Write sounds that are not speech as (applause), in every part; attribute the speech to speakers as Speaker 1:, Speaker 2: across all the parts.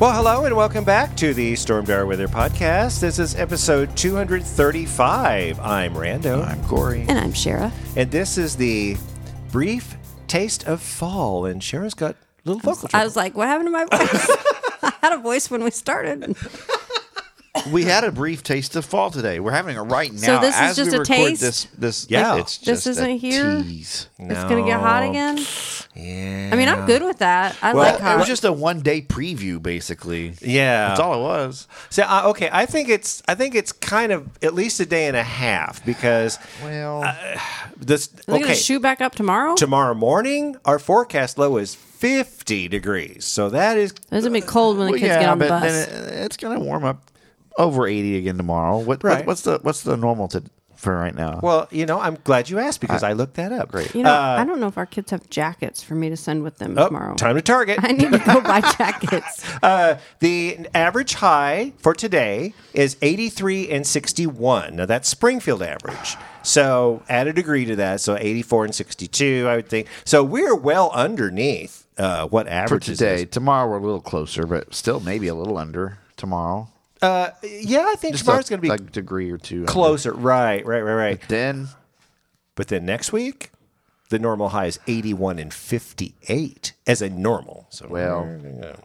Speaker 1: Well, hello and welcome back to the Stormdar Weather Podcast. This is episode 235. I'm Rando.
Speaker 2: I'm Corey.
Speaker 3: And I'm Shara.
Speaker 1: And this is the brief taste of fall. And Shara's got a little vocal
Speaker 3: I
Speaker 1: trouble.
Speaker 3: was like, what happened to my
Speaker 1: (laughs)
Speaker 3: voice? I had a voice when we started.
Speaker 2: We had a brief taste of fall today. We're having it right now.
Speaker 3: So this is
Speaker 2: as
Speaker 3: just
Speaker 2: we
Speaker 3: a
Speaker 2: record
Speaker 3: taste?
Speaker 2: This, this,
Speaker 1: Yeah.
Speaker 2: it's
Speaker 3: This
Speaker 2: just a
Speaker 3: isn't here?
Speaker 2: Tease.
Speaker 3: It's going to get hot
Speaker 1: No.
Speaker 3: again.
Speaker 1: Yeah.
Speaker 3: I mean, I'm good with that. I
Speaker 2: Well,
Speaker 3: like
Speaker 2: it
Speaker 3: hot.
Speaker 2: was just a one day preview, basically.
Speaker 1: Yeah.
Speaker 2: That's all it was.
Speaker 1: So uh, okay, I think it's I think it's kind of at least a day and a half because
Speaker 2: Well,
Speaker 1: Uh, this
Speaker 3: Are they
Speaker 1: okay
Speaker 3: going to shoot back up tomorrow?
Speaker 1: tomorrow morning our forecast low is 50 degrees. So that is
Speaker 3: It's going to be cold when the
Speaker 2: well,
Speaker 3: kids
Speaker 2: yeah,
Speaker 3: get on the
Speaker 2: but
Speaker 3: bus.
Speaker 2: then it, it's going to warm up over 80 again tomorrow. What,
Speaker 1: Right.
Speaker 2: what What's the What's the normal to, for right now?
Speaker 1: well, you know, I'm glad you asked because I, looked that up. Great.
Speaker 3: you know, I don't know if our kids have jackets for me to send with them tomorrow.
Speaker 1: uh, Oh, Time
Speaker 3: (laughs)
Speaker 1: to target.
Speaker 3: I need to
Speaker 1: (laughs)
Speaker 3: go buy jackets.
Speaker 1: Uh, the average high for today is 83 and 61. Now that's Springfield average. So add a degree to that. So 84 and 62, I would think. So we're well underneath uh, what
Speaker 2: for
Speaker 1: average is.
Speaker 2: today, tomorrow we're a little closer, but still maybe a little under tomorrow.
Speaker 1: Yeah, I think
Speaker 2: Just
Speaker 1: tomorrow's
Speaker 2: a-
Speaker 1: going to be
Speaker 2: a degree or two. under.
Speaker 1: closer. Right, right, right, right.
Speaker 2: Then
Speaker 1: But then next week, the normal high is 81 and 58 as a normal. So
Speaker 2: Well,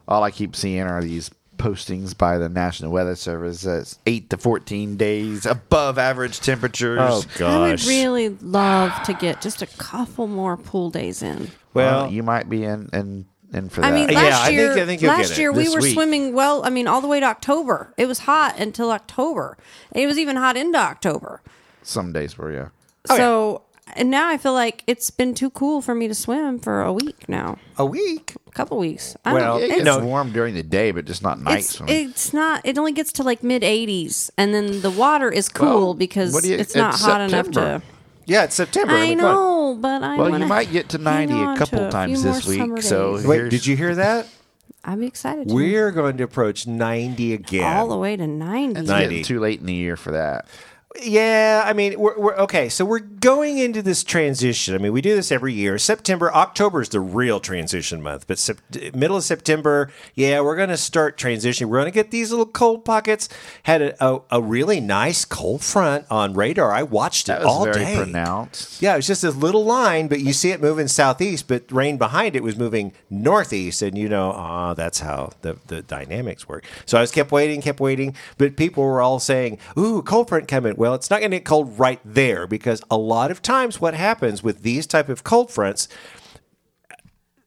Speaker 2: all I keep seeing are these postings by the National Weather Service that's 8 to 14 days above average temperatures.
Speaker 1: oh
Speaker 3: I would
Speaker 1: gosh.
Speaker 3: really love to get just a couple more pool days in.
Speaker 2: well,
Speaker 1: well,
Speaker 2: you might be in in, in for that.
Speaker 3: I mean,
Speaker 1: Yeah, I
Speaker 3: last
Speaker 1: think-
Speaker 3: year,
Speaker 1: I think you'll get
Speaker 3: last
Speaker 1: it
Speaker 3: year we
Speaker 2: this
Speaker 3: were
Speaker 2: week.
Speaker 3: swimming well. I mean, all the way to October. It was hot until October. It was even hot into October.
Speaker 2: some days were Oh, yeah.
Speaker 3: so, and now I feel like it's been too cool for me to swim for a week now,
Speaker 1: a week.
Speaker 3: a couple weeks. I
Speaker 1: Well,
Speaker 3: don't,
Speaker 2: It
Speaker 3: it's,
Speaker 2: gets
Speaker 1: no.
Speaker 2: warm during the day, but just not nights.
Speaker 3: it's it's not. It only gets to like mid 80s, and then the water is cool
Speaker 2: Well,
Speaker 3: because
Speaker 2: what do you-
Speaker 3: it's not
Speaker 2: it's
Speaker 3: hot
Speaker 2: September.
Speaker 3: enough to.
Speaker 1: Yeah, it's September.
Speaker 3: I
Speaker 1: mean, come on.
Speaker 3: know, but I
Speaker 2: well,
Speaker 3: wanna
Speaker 2: you might get to
Speaker 3: hang
Speaker 2: 90 a
Speaker 3: on to
Speaker 2: couple
Speaker 3: few
Speaker 2: times
Speaker 3: more
Speaker 2: this week.
Speaker 3: summer
Speaker 2: So
Speaker 3: days.
Speaker 1: Wait,
Speaker 2: here's-
Speaker 1: did you hear that?
Speaker 3: I'm excited. to-
Speaker 1: We're going to approach 90 again.
Speaker 3: all the way to 90.
Speaker 2: It's
Speaker 1: 90.
Speaker 2: getting too late in the year for that.
Speaker 1: Yeah, I mean, we're, we're okay. So we're going into this transition. I mean, we do this every year. September, October is the real transition month, but sep- middle of September, yeah, we're going to start transitioning. We're going to get these little cold pockets. Had a, a, a really nice cold front on radar. I watched it
Speaker 2: That was
Speaker 1: all
Speaker 2: very
Speaker 1: day.
Speaker 2: pronounced.
Speaker 1: Yeah, it's just this little line, but you see it moving southeast, but rain behind it was moving northeast, and you know, ah, that's how the, the dynamics work. So I was kept waiting, kept waiting, but people were all saying, "Ooh, cold front coming." Well, it's not going to get cold right there because a lot of times what happens with these type of cold fronts,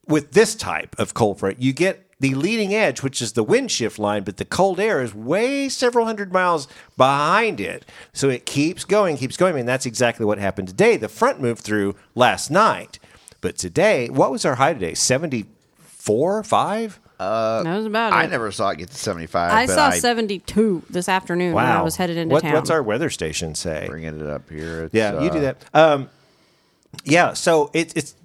Speaker 1: with this type of cold front, you get the leading edge, which is the wind shift line, but the cold air is way several hundred miles behind it. So it keeps going, keeps going. And that's exactly what happened today. The front moved through last night. But today, what was our high today? 74, 5?
Speaker 3: that was about
Speaker 2: I
Speaker 3: it.
Speaker 2: never saw it get to 75.
Speaker 3: I
Speaker 2: but
Speaker 3: saw
Speaker 2: I
Speaker 3: 72 this afternoon when I was headed into
Speaker 1: What-
Speaker 3: town.
Speaker 1: What's our weather station say?
Speaker 2: bringing it up here. It's,
Speaker 1: Yeah, you
Speaker 2: uh,
Speaker 1: do that. Um, yeah, so it, it's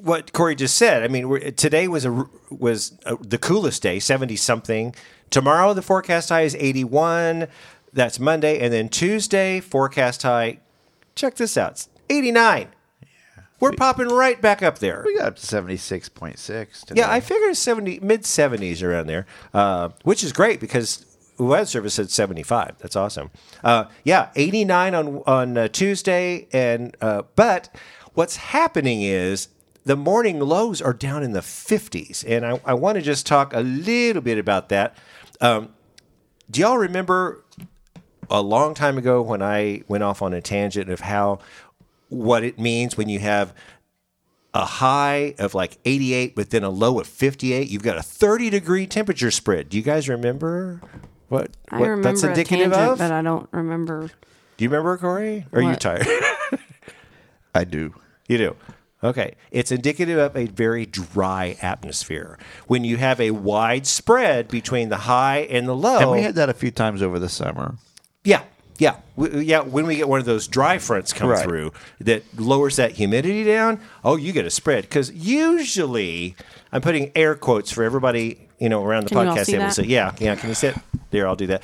Speaker 1: what Corey just said. I mean, we're, today was a r- was uh the coolest day, seventy something. Tomorrow the forecast high is eighty one. That's Monday, and then Tuesday forecast high. Check this out, eighty nine. We're popping right back up there.
Speaker 2: We got up to 76.6. today.
Speaker 1: Yeah, I figured seventy mid seventies around there, uh, which is great because the Weather Service said seventy five. That's awesome. Uh, yeah, eighty nine on on uh, Tuesday, and uh, but what's happening is the morning lows are down in the fifties, and I, I want to just talk a little bit about that. Um, do y'all remember a long time ago when I went off on a tangent of how what it means when you have a high of like 88, but then a low of 58. You've got a 30 degree temperature spread. Do you guys remember what,
Speaker 3: I
Speaker 1: what
Speaker 3: remember
Speaker 1: that's
Speaker 3: a
Speaker 1: indicative
Speaker 3: tangent,
Speaker 1: of?
Speaker 3: but I don't remember.
Speaker 1: Do you remember, Corey? Or are you
Speaker 3: What?
Speaker 1: tired? (laughs)
Speaker 2: I do.
Speaker 1: You do. Okay. It's indicative of a very dry atmosphere. When you have a wide spread between the high and the low.
Speaker 2: And we had that a few times over the summer.
Speaker 1: yeah. Yeah. W- yeah. When we get one of those dry fronts come
Speaker 2: Right.
Speaker 1: through that lowers that humidity down, oh, you get a spread. Because usually, I'm putting air quotes for everybody, you know, around the
Speaker 3: Can you all
Speaker 1: podcast
Speaker 3: see
Speaker 1: table.
Speaker 3: that?
Speaker 1: So, yeah. Yeah. Can you sit? There, I'll do that.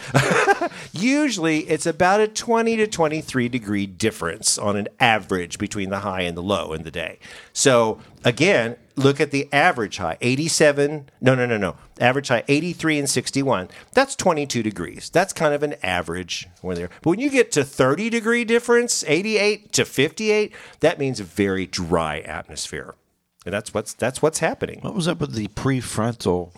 Speaker 1: (laughs) Usually, it's about a 20 to 23 degree difference on an average between the high and the low in the day. So, again, look at the average high 87. No, no, no, no. Average high 83 and 61. That's 22 degrees. That's kind of an average when there. But when you get to 30 degree difference, 88 to 58, that means a very dry atmosphere. And that's what's that's what's happening.
Speaker 2: What was up with the prefrontal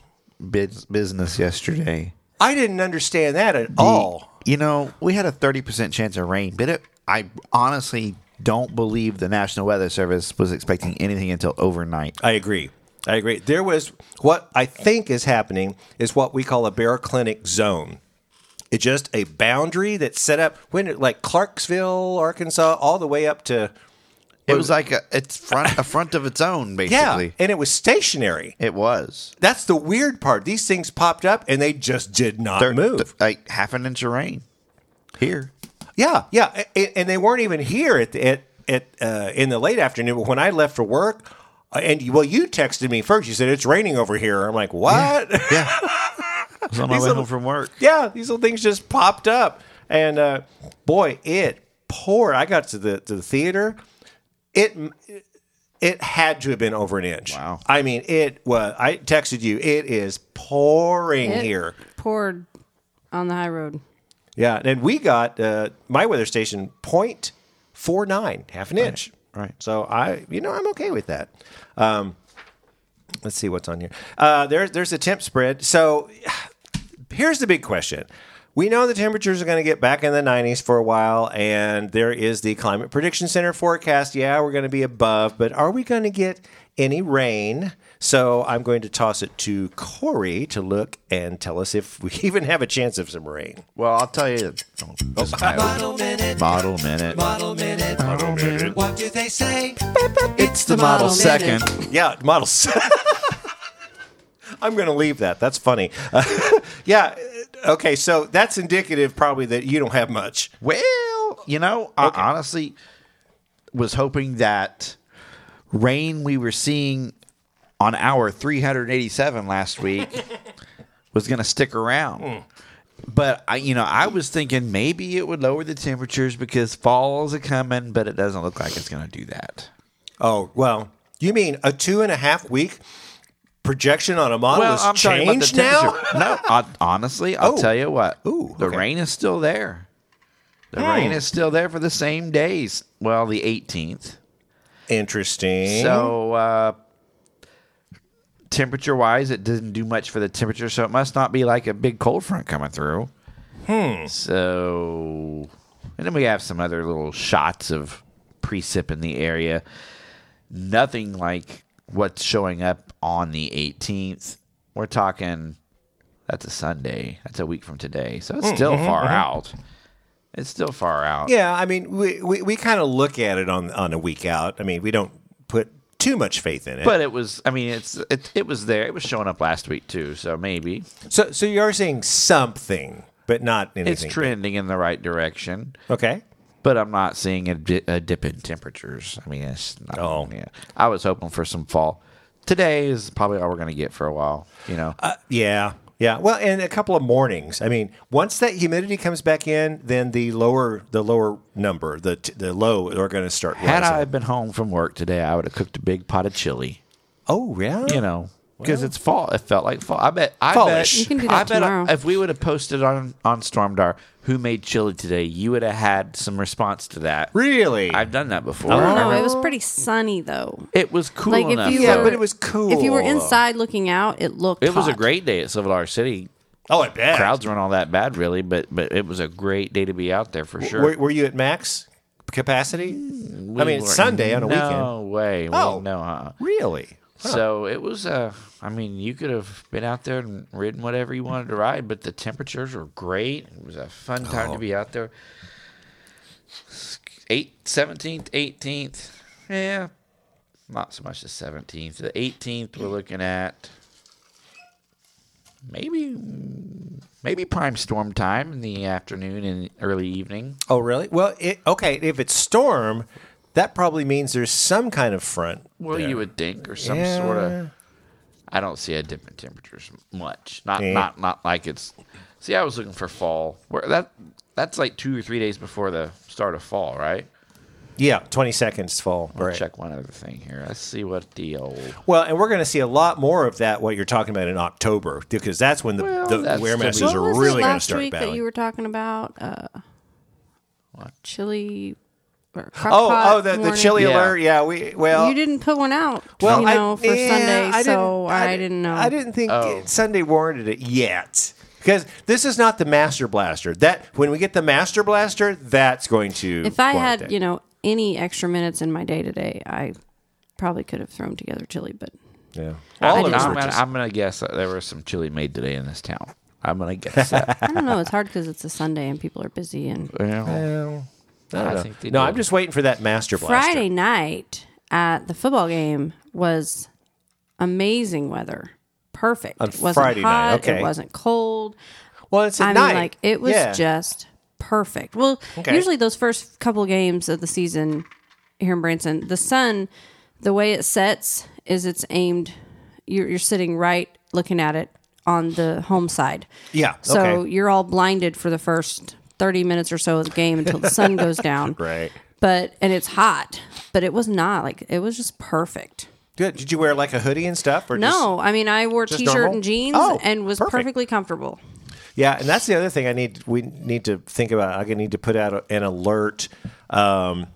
Speaker 2: biz- business yesterday?
Speaker 1: I didn't understand that at all.
Speaker 2: You know, we had a 30% chance of rain, but it, I honestly don't believe the National Weather Service was expecting anything until overnight.
Speaker 1: I agree. I agree. There was what I think is happening is what we call a baroclinic zone. It's just a boundary that's set up when like Clarksville, Arkansas, all the way up to
Speaker 2: It was like a it's front a front of its own,
Speaker 1: yeah,
Speaker 2: basically.
Speaker 1: and it was stationary.
Speaker 2: It was
Speaker 1: That's the weird part. These things popped up and they just did not
Speaker 2: There-
Speaker 1: move.
Speaker 2: th- like half an inch of rain here.
Speaker 1: Yeah, yeah, A- a- and they weren't even here at the, at at uh, in the late afternoon. But when I left for work, uh, and you- well, you texted me first. You said it's raining over here. I'm like, what? (laughs) Yeah,
Speaker 2: Yeah, I was on my way
Speaker 1: little-
Speaker 2: home from work.
Speaker 1: these little things just popped up, and uh, boy, it poured. I got to the to the theater. It it had to have been over an inch.
Speaker 2: Wow.
Speaker 1: I mean, it was. I texted you. It is pouring
Speaker 3: It
Speaker 1: here.
Speaker 3: poured on the high road.
Speaker 1: Yeah, and we got uh, my weather station point four nine, half an inch.
Speaker 2: right.
Speaker 1: So I, you know, I'm okay with that. Um, let's see what's on here. Uh, there's there's a temp spread. So (sighs) here's the big question. We know the temperatures are going to get back in the 90s for a while, and there is the Climate Prediction Center forecast. Yeah, we're going to be above, but are we going to get any rain? So I'm going to toss it to Corey to look and tell us if we (laughs) even have a chance of some rain.
Speaker 2: Well, I'll tell you. oh, this is my
Speaker 4: Model minute,
Speaker 2: model minute.
Speaker 4: model minute, model minute. What do they say?
Speaker 2: It's the
Speaker 3: model
Speaker 2: model
Speaker 3: minute.
Speaker 2: second.
Speaker 1: Yeah, models. (laughs) I'm going to leave that. That's funny. (laughs) yeah. uh, Okay. So that's indicative probably that you don't have much.
Speaker 2: Well, you know,
Speaker 1: Okay.
Speaker 2: I honestly was hoping that rain we were seeing on hour 387 last week was going to stick around. But I, you know, I was thinking maybe it would lower the temperatures because falls are coming, but it doesn't look like it's going to do that.
Speaker 1: Oh, well, you mean a two and a half week projection on a model has changed now?
Speaker 2: (laughs) no, I, honestly, I'll tell you what.
Speaker 1: Oh. Ooh,
Speaker 2: the
Speaker 1: okay. Oh.
Speaker 2: rain is still there. The rain is still there for the same days. Well, the 18th.
Speaker 1: Interesting.
Speaker 2: So, uh, temperature wise, it didn't do much for the temperature, so it must not be like a big cold front coming through. Hmm. So, and then we have some other little shots of precip in the area. Nothing like what's showing up on the 18th. We're talking, that's a Sunday. That's a week from today. So it's still far out. It's still far out.
Speaker 1: yeah, I mean, we, we, we kind of look at it on, on a week out. I mean, we don't put too much faith in it.
Speaker 2: But it was, I mean, it's it, it was there. It was showing up last week too, so maybe
Speaker 1: so, so you are seeing something, but not
Speaker 2: it's
Speaker 1: anything.
Speaker 2: trending in the right direction.
Speaker 1: Okay.
Speaker 2: But I'm not seeing a, di- a dip in temperatures. I mean, it's not.
Speaker 1: Oh.
Speaker 2: yeah. I was hoping for some fall. Today is probably all we're going to get for a while. You know,
Speaker 1: Uh, Yeah. Yeah. Well, and a couple of mornings. I mean, once that humidity comes back in, then the lower the lower number, the the low are going to start
Speaker 2: had
Speaker 1: rising.
Speaker 2: I been home from work today, I would have cooked a big pot of chili.
Speaker 1: Oh, yeah.
Speaker 2: You know, because it's fall. It felt like fall. I bet. I
Speaker 1: Fallish.
Speaker 2: bet.
Speaker 1: You
Speaker 3: can do
Speaker 2: I
Speaker 3: that
Speaker 2: bet
Speaker 3: tomorrow.
Speaker 2: if we would have posted on on Stormdar who made chili today, you would have had some response to that.
Speaker 1: Really? Oh.
Speaker 2: I've done that before.
Speaker 3: I don't know. It was pretty sunny though.
Speaker 2: It was cool
Speaker 3: Like
Speaker 2: enough.
Speaker 3: if you
Speaker 1: Yeah,
Speaker 2: though.
Speaker 3: were,
Speaker 1: but it was cool.
Speaker 3: If you were inside looking out, it looked.
Speaker 2: it was a
Speaker 3: hot.
Speaker 2: great day at Civil Art City.
Speaker 1: oh, I bet.
Speaker 2: Crowds weren't all that bad, really, but but it was a great day to be out there for sure.
Speaker 1: Were, were you at Max? capacity? I mean,
Speaker 2: were-
Speaker 1: it's Sunday on a weekend.
Speaker 2: Mm, No way. We
Speaker 1: Oh.
Speaker 2: oh no. Uh-uh.
Speaker 1: Really?
Speaker 2: So it was. Uh, I mean, you could have been out there and ridden whatever you wanted to ride, but the temperatures were great. It was a fun time to be out there. Eight, 17th, 18th. Yeah, not so much the 17th. The 18th, we're looking at maybe maybe prime storm time in the afternoon and early evening.
Speaker 1: Oh, really? Well, it, okay. If it's storm, that probably means there's some kind of front.
Speaker 2: Well,
Speaker 1: there.
Speaker 2: you would think, or some sort
Speaker 1: Yeah.
Speaker 2: of. I don't see a dip in temperatures much. Not
Speaker 1: Yeah.
Speaker 2: not not like it's. See, I was looking for fall. Where that that's like two or three days before the start of fall, right?
Speaker 1: Yeah, twenty seconds fall.
Speaker 2: I'll
Speaker 1: Right.
Speaker 2: Check one other thing here. Let's see what the old.
Speaker 1: Well, and we're going to see a lot more of that. What you're talking about in October, because that's when the,
Speaker 2: Well,
Speaker 1: the
Speaker 2: that's
Speaker 1: wear
Speaker 2: gonna be-
Speaker 1: masses
Speaker 2: What
Speaker 1: are
Speaker 3: was
Speaker 1: really
Speaker 3: it
Speaker 1: going to
Speaker 3: last
Speaker 1: start
Speaker 3: week
Speaker 1: battling.
Speaker 3: that you were talking about? Uh, chili or crock
Speaker 1: oh,
Speaker 3: pot
Speaker 1: oh, the, the
Speaker 3: warning?
Speaker 1: chili
Speaker 2: Yeah.
Speaker 1: alert. Yeah, we well.
Speaker 3: you didn't put one out,
Speaker 1: well,
Speaker 3: you know, for
Speaker 1: yeah,
Speaker 3: Sunday,
Speaker 1: I
Speaker 3: so
Speaker 1: didn't-
Speaker 3: I, didn't know.
Speaker 1: I didn't think
Speaker 2: Oh.
Speaker 1: Sunday warranted it yet. Because this is not the master blaster. That when we get the master blaster, that's going to.
Speaker 3: If I
Speaker 1: warrant
Speaker 3: had,
Speaker 1: it.
Speaker 3: you know, any extra minutes in my day today, I probably could have thrown together chili, but
Speaker 1: yeah.
Speaker 2: All
Speaker 1: of
Speaker 2: of
Speaker 1: us
Speaker 2: I'm,
Speaker 1: were
Speaker 2: gonna,
Speaker 1: just-
Speaker 2: I'm gonna guess that there was some chili made today in this town. I'm
Speaker 1: (laughs)
Speaker 2: gonna guess that.
Speaker 3: I don't know. It's hard because it's a Sunday and people are busy. And
Speaker 2: Well,
Speaker 1: Well, I
Speaker 2: I
Speaker 1: don't know.
Speaker 2: think they
Speaker 1: no,
Speaker 2: do.
Speaker 1: I'm just waiting for that master blaster.
Speaker 3: Friday night at the football game was amazing weather. Perfect. it wasn't
Speaker 1: Friday night,
Speaker 3: hot.
Speaker 1: okay.
Speaker 3: It wasn't cold.
Speaker 1: Well, it's at
Speaker 3: I
Speaker 1: night.
Speaker 3: mean, like it was
Speaker 1: Yeah.
Speaker 3: just perfect. Well,
Speaker 1: Okay.
Speaker 3: usually those first couple games of the season here in Branson, the sun, the way it sets is it's aimed. You're, you're sitting right looking at it on the home side.
Speaker 1: Yeah,
Speaker 3: So
Speaker 1: okay.
Speaker 3: you're all blinded for the first 30 minutes or so of the game until the
Speaker 1: (laughs)
Speaker 3: sun goes down.
Speaker 1: Right.
Speaker 3: But and it's hot, but it was not like it was just perfect.
Speaker 1: Good. Did you wear like a hoodie and stuff? Or just-
Speaker 3: no, I mean I wore
Speaker 1: just
Speaker 3: t-shirt
Speaker 1: normal?
Speaker 3: and jeans
Speaker 1: Oh,
Speaker 3: and was
Speaker 1: perfect.
Speaker 3: perfectly comfortable.
Speaker 1: Yeah, and that's the other thing I need. We need to think about. I need to put out a- an alert um,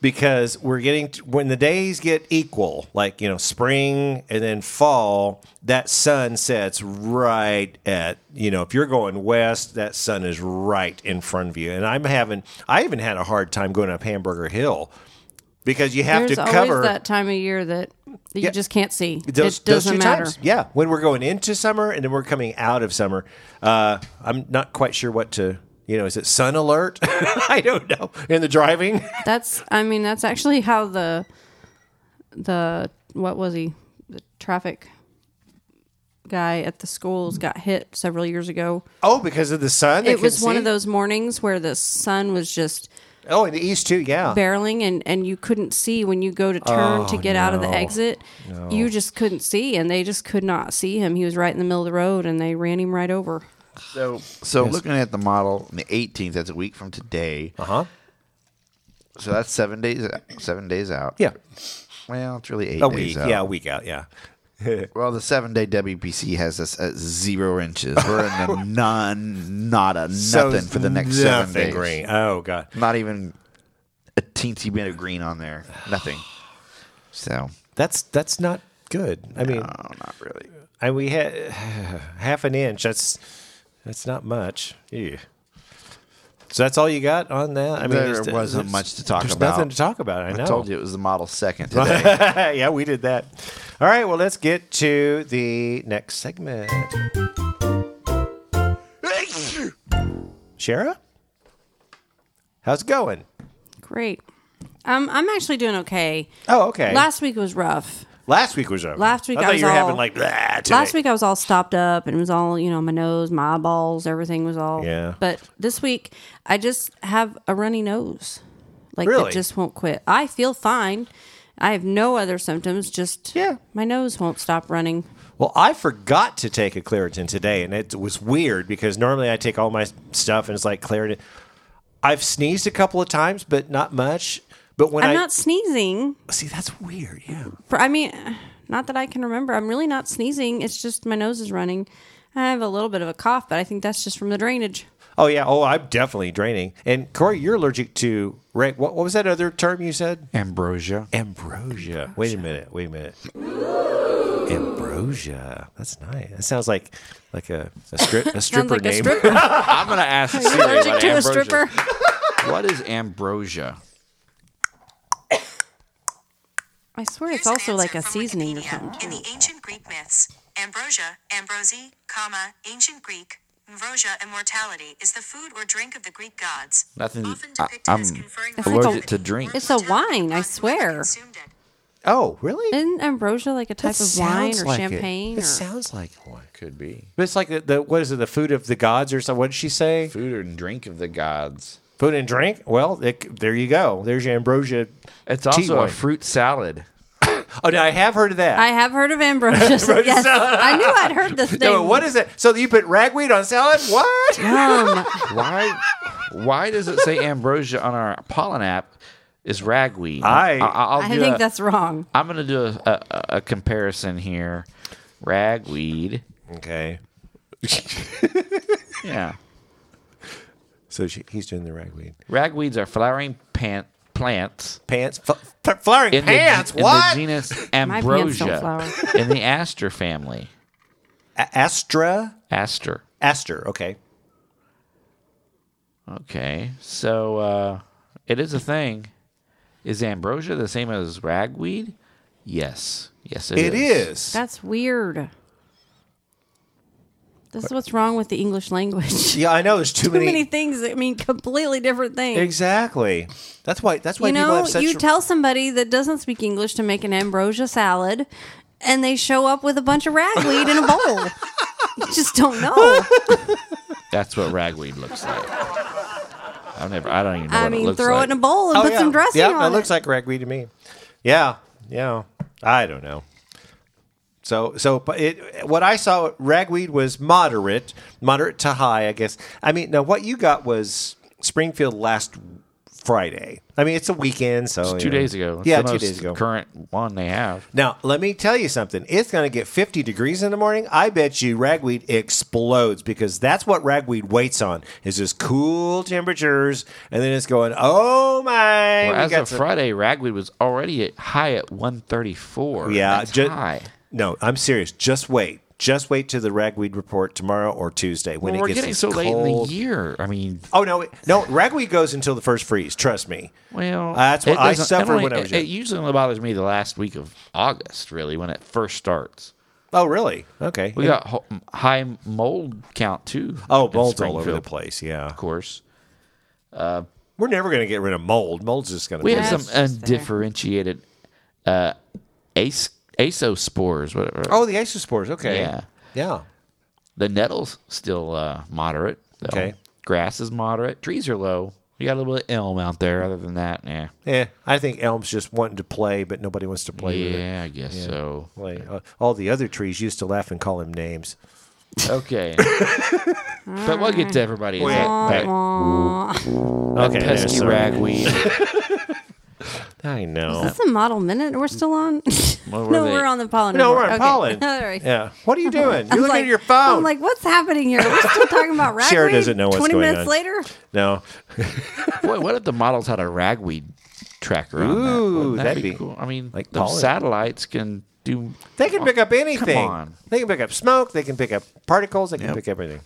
Speaker 1: because we're getting t when the days get equal, like you know, spring and then fall. That sun sets right at you know, if you're going west, that sun is right in front of you. And I'm having, I even had a hard time going up Hamburger Hill because you have
Speaker 3: There's
Speaker 1: to
Speaker 3: always
Speaker 1: cover
Speaker 3: that time of year that you
Speaker 1: Yeah.
Speaker 3: just can't see.
Speaker 1: those,
Speaker 3: it
Speaker 1: those
Speaker 3: doesn't
Speaker 1: two
Speaker 3: matter.
Speaker 1: times. Yeah, when we're going into summer and then we're coming out of summer. Uh, I'm not quite sure what to. You know, is it sun alert? (laughs) I don't know. In the driving, (laughs)
Speaker 3: That's I mean that's actually how the the what was he the traffic guy at the schools got hit several years ago.
Speaker 1: oh, because of the sun, they
Speaker 3: it was
Speaker 1: couldn't
Speaker 3: one
Speaker 1: see?
Speaker 3: of those mornings where the sun was just
Speaker 1: Oh, in the east too. Yeah,
Speaker 3: barreling and and you couldn't see when you go to turn to get out of the
Speaker 1: Oh, no.
Speaker 3: exit. You just couldn't see and they just could not see him. He was right in the middle of the road and they ran him right over.
Speaker 2: so so looking at the model, on the 18th. That's a week from today.
Speaker 1: uh huh.
Speaker 2: So that's seven days. Seven days out.
Speaker 1: Yeah,
Speaker 2: Well, it's really eight
Speaker 1: a
Speaker 2: days
Speaker 1: week.
Speaker 2: out.
Speaker 1: Yeah, a week out. Yeah.
Speaker 2: Well, the seven day WPC has us at zero inches. We're in (laughs) the none, not a nothing for the next seven
Speaker 1: nothing
Speaker 2: days.
Speaker 1: green. Oh god.
Speaker 2: Not even a teensy bit of green on there. Nothing. So,
Speaker 1: That's that's not good. I mean,
Speaker 2: oh, not really.
Speaker 1: I we had (sighs) half an inch. That's that's not much. Ew. So that's all you got on that. I mean,
Speaker 2: There
Speaker 1: it's-
Speaker 2: wasn't
Speaker 1: it's-
Speaker 2: much to talk
Speaker 1: there's
Speaker 2: about.
Speaker 1: Nothing to talk about. I know.
Speaker 2: I told you it was the model second (laughs) today.
Speaker 1: (laughs) yeah, we did that. All right. Well, let's get to the next
Speaker 2: (coughs)
Speaker 1: segment. Shara, how's it going?
Speaker 3: Great. Um, I'm actually doing okay.
Speaker 1: Oh, okay.
Speaker 3: Last week was rough.
Speaker 1: Last week was over.
Speaker 3: Last week
Speaker 1: I
Speaker 3: I
Speaker 1: thought
Speaker 3: was
Speaker 1: you were having
Speaker 3: all-
Speaker 1: like blah, today.
Speaker 3: Last week I was all stopped up and it was all, you know, my nose, my eyeballs, everything was all.
Speaker 1: Yeah.
Speaker 3: But this week I just have a runny nose. Like it
Speaker 1: Really?
Speaker 3: just won't quit. I feel fine. I have no other symptoms, just
Speaker 1: Yeah.
Speaker 3: my nose won't stop running.
Speaker 1: Well, I forgot to take a Claritin today, and it was weird because normally I take all my stuff and it's like Claritin. I've sneezed a couple of times, but not much. But when
Speaker 3: I'm
Speaker 1: I
Speaker 3: not sneezing.
Speaker 1: see, that's weird. Yeah.
Speaker 3: For I mean, not that I can remember. I'm really not sneezing. It's just my nose is running. I have a little bit of a cough, but I think that's just from the drainage.
Speaker 1: Oh yeah. Oh, I'm definitely draining. And Corey, you're allergic to right? What, what was that other term you said?
Speaker 2: Ambrosia.
Speaker 1: Ambrosia. Wait a minute. Wait a minute. Ambrosia. That's nice. That sounds like like a a, stri- a stripper
Speaker 3: (laughs) Sounds like
Speaker 1: name. (laughs)
Speaker 3: a stripper.
Speaker 2: I'm going to ask Siri
Speaker 3: Allergic
Speaker 2: what
Speaker 3: to a
Speaker 2: ambrosia-
Speaker 3: stripper.
Speaker 2: What is ambrosia?
Speaker 3: I swear it's
Speaker 5: Here's an
Speaker 3: also like a
Speaker 5: answer from
Speaker 3: seasoning or
Speaker 5: Wikipedia.
Speaker 3: something.
Speaker 5: In
Speaker 3: too.
Speaker 5: the ancient Greek myths, ambrosia, ambrosie, comma, ancient Greek, ambrosia immortality is the food or drink of the Greek gods.
Speaker 2: Nothing-
Speaker 5: often
Speaker 2: I-
Speaker 5: depicted
Speaker 2: I'm
Speaker 5: as conferring
Speaker 3: It's like a-
Speaker 5: longevity
Speaker 2: allergic to drink.
Speaker 5: or
Speaker 3: It's a
Speaker 5: mortality
Speaker 3: wine, I
Speaker 5: upon whoever
Speaker 3: swear.
Speaker 5: consumed it.
Speaker 1: Oh, really?
Speaker 3: Isn't ambrosia like a type
Speaker 1: That
Speaker 3: of wine
Speaker 1: sounds
Speaker 3: or
Speaker 1: like it.
Speaker 3: champagne?
Speaker 1: It
Speaker 3: or-
Speaker 1: sounds like one.
Speaker 2: Could be
Speaker 1: But it's like the, the what is it? The food of the gods or something? What did she say?
Speaker 2: food and drink of the gods.
Speaker 1: Food and drink. Well, it, there you go. There's your ambrosia.
Speaker 2: It's
Speaker 1: tea
Speaker 2: also a
Speaker 1: wine.
Speaker 2: fruit salad.
Speaker 1: Oh, no, I have heard of that.
Speaker 3: I have heard
Speaker 1: (laughs)
Speaker 3: of ambrosia. so yes, I knew I'd heard the thing.
Speaker 1: no, but what is it? So you put ragweed on salad? What?
Speaker 3: Um,
Speaker 2: Why? why does it say ambrosia on our pollen app? Is ragweed?
Speaker 1: I-
Speaker 2: I'll
Speaker 3: I
Speaker 2: do
Speaker 3: think
Speaker 2: a-
Speaker 3: that's wrong.
Speaker 2: I'm gonna do a, a, a comparison here. Ragweed.
Speaker 1: (laughs) Okay.
Speaker 2: Yeah.
Speaker 1: So she, he's doing the ragweed.
Speaker 2: Ragweeds are flowering pant plants
Speaker 1: Pants? F- f- flowering
Speaker 2: in,
Speaker 1: pants?
Speaker 2: the, ge-
Speaker 1: what?
Speaker 2: in the genus
Speaker 3: (laughs) My pants don't
Speaker 2: Ambrosia in the aster family.
Speaker 1: A- Astra?
Speaker 2: Aster.
Speaker 1: Aster, okay.
Speaker 2: Okay, so uh, it is a thing. Is ambrosia the same as ragweed? Yes. Yes,
Speaker 1: It is.
Speaker 3: That's weird. This is what's wrong with the English
Speaker 1: (laughs)
Speaker 3: language. (laughs)
Speaker 1: Yeah, I know. There's too,
Speaker 3: Too many things that mean completely different things.
Speaker 1: Exactly. That's why. That's why
Speaker 3: you
Speaker 1: people
Speaker 3: know,
Speaker 1: have such.
Speaker 3: you tell somebody that doesn't speak English to make an ambrosia salad, and they show up with a bunch of ragweed in
Speaker 1: (laughs)
Speaker 3: a bowl. You just don't know.
Speaker 2: That's what ragweed looks like. I've never. I don't even know
Speaker 3: I
Speaker 2: what it
Speaker 3: mean,
Speaker 2: looks
Speaker 3: throw
Speaker 2: like.
Speaker 3: it in a bowl and
Speaker 1: Oh,
Speaker 3: put
Speaker 1: yeah.
Speaker 3: some dressing
Speaker 1: Yep,
Speaker 3: on
Speaker 1: that
Speaker 3: it.
Speaker 1: looks like ragweed to me. Yeah, yeah. I don't know. So, so but it, what I saw ragweed was moderate, moderate to high, I guess. I mean, now what you got was Springfield last Friday. I mean, it's a weekend, so you
Speaker 2: two
Speaker 1: know.
Speaker 2: days ago. It's
Speaker 1: yeah,
Speaker 2: the
Speaker 1: two
Speaker 2: most
Speaker 1: days ago.
Speaker 2: Current one they have.
Speaker 1: Now, let me tell you something. It's going to get 50 degrees in the morning. I bet you ragweed explodes because that's what ragweed waits on is just cool temperatures. And then it's going, oh my.
Speaker 2: Well,
Speaker 1: we
Speaker 2: as
Speaker 1: got
Speaker 2: of
Speaker 1: some-
Speaker 2: Friday, ragweed was already at high at 134.
Speaker 1: Yeah,
Speaker 2: That's
Speaker 1: ju-
Speaker 2: high.
Speaker 1: No, I'm serious. Just wait. Just wait to the ragweed report tomorrow or Tuesday when
Speaker 2: Well,
Speaker 1: it
Speaker 2: we're
Speaker 1: gets
Speaker 2: getting
Speaker 1: this
Speaker 2: so late in
Speaker 1: cold-
Speaker 2: the year. I mean,
Speaker 1: Oh no, it- no, ragweed goes until the first freeze. Trust me.
Speaker 2: Well,
Speaker 1: Uh, that's what
Speaker 2: it
Speaker 1: I
Speaker 2: doesn't- it
Speaker 1: suffered
Speaker 2: only-
Speaker 1: when I was
Speaker 2: It, it
Speaker 1: young.
Speaker 2: usually only bothers me the last week of August, really, when it first starts.
Speaker 1: Oh really? Okay.
Speaker 2: We got ho- high mold count too.
Speaker 1: oh,
Speaker 2: in
Speaker 1: mold's all over the
Speaker 2: Springfield,
Speaker 1: place. Yeah,
Speaker 2: Of course,
Speaker 1: we're never going to get rid of mold. Mold's just going to.
Speaker 2: we
Speaker 1: be
Speaker 2: have
Speaker 3: That's
Speaker 2: some
Speaker 3: just there.
Speaker 2: undifferentiated uh, ace asospores. Whatever.
Speaker 1: Oh, the isospores. Okay.
Speaker 2: Yeah.
Speaker 1: Yeah.
Speaker 2: The nettles still uh, moderate. Though.
Speaker 1: Okay.
Speaker 2: Grass is moderate. Trees are low. We got a little bit of elm out there. Other than that, yeah.
Speaker 1: Yeah, I think Elm's just wanting to play, but nobody wants to play with it.
Speaker 2: Yeah, I
Speaker 1: (laughs)
Speaker 2: guess so.
Speaker 1: Like, uh, all the other trees used to laugh and call him names.
Speaker 3: (laughs)
Speaker 2: Okay. but we'll get to everybody. in
Speaker 1: Wait.
Speaker 2: that- that-
Speaker 1: Okay, there's
Speaker 2: pesky
Speaker 1: some-
Speaker 2: ragweed.
Speaker 1: I know.
Speaker 3: Is this a model minute we're still on?
Speaker 2: What were
Speaker 3: (laughs) no,
Speaker 2: they?
Speaker 3: we're on the pollen.
Speaker 1: No, we're
Speaker 3: report.
Speaker 1: on
Speaker 3: Okay.
Speaker 1: pollen.
Speaker 3: (laughs) All right.
Speaker 1: Yeah. What are you doing?
Speaker 3: I
Speaker 1: You're
Speaker 3: was
Speaker 1: looking
Speaker 3: like-
Speaker 1: at your phone.
Speaker 3: I'm like, what's happening here? We're still talking about ragweed.
Speaker 1: Sarah doesn't know what's
Speaker 3: Twenty
Speaker 1: going
Speaker 3: minutes
Speaker 1: on.
Speaker 3: later,
Speaker 1: no.
Speaker 2: Boy, what if the models had a ragweed tracker on that?
Speaker 1: Ooh,
Speaker 2: Wouldn't that?
Speaker 1: that'd be
Speaker 2: cool. I mean,
Speaker 1: like
Speaker 2: like those
Speaker 1: pollen.
Speaker 2: satellites can do.
Speaker 1: They can pick up anything.
Speaker 2: Come on.
Speaker 1: They can pick up smoke. They can pick up particles. They can pick up everything.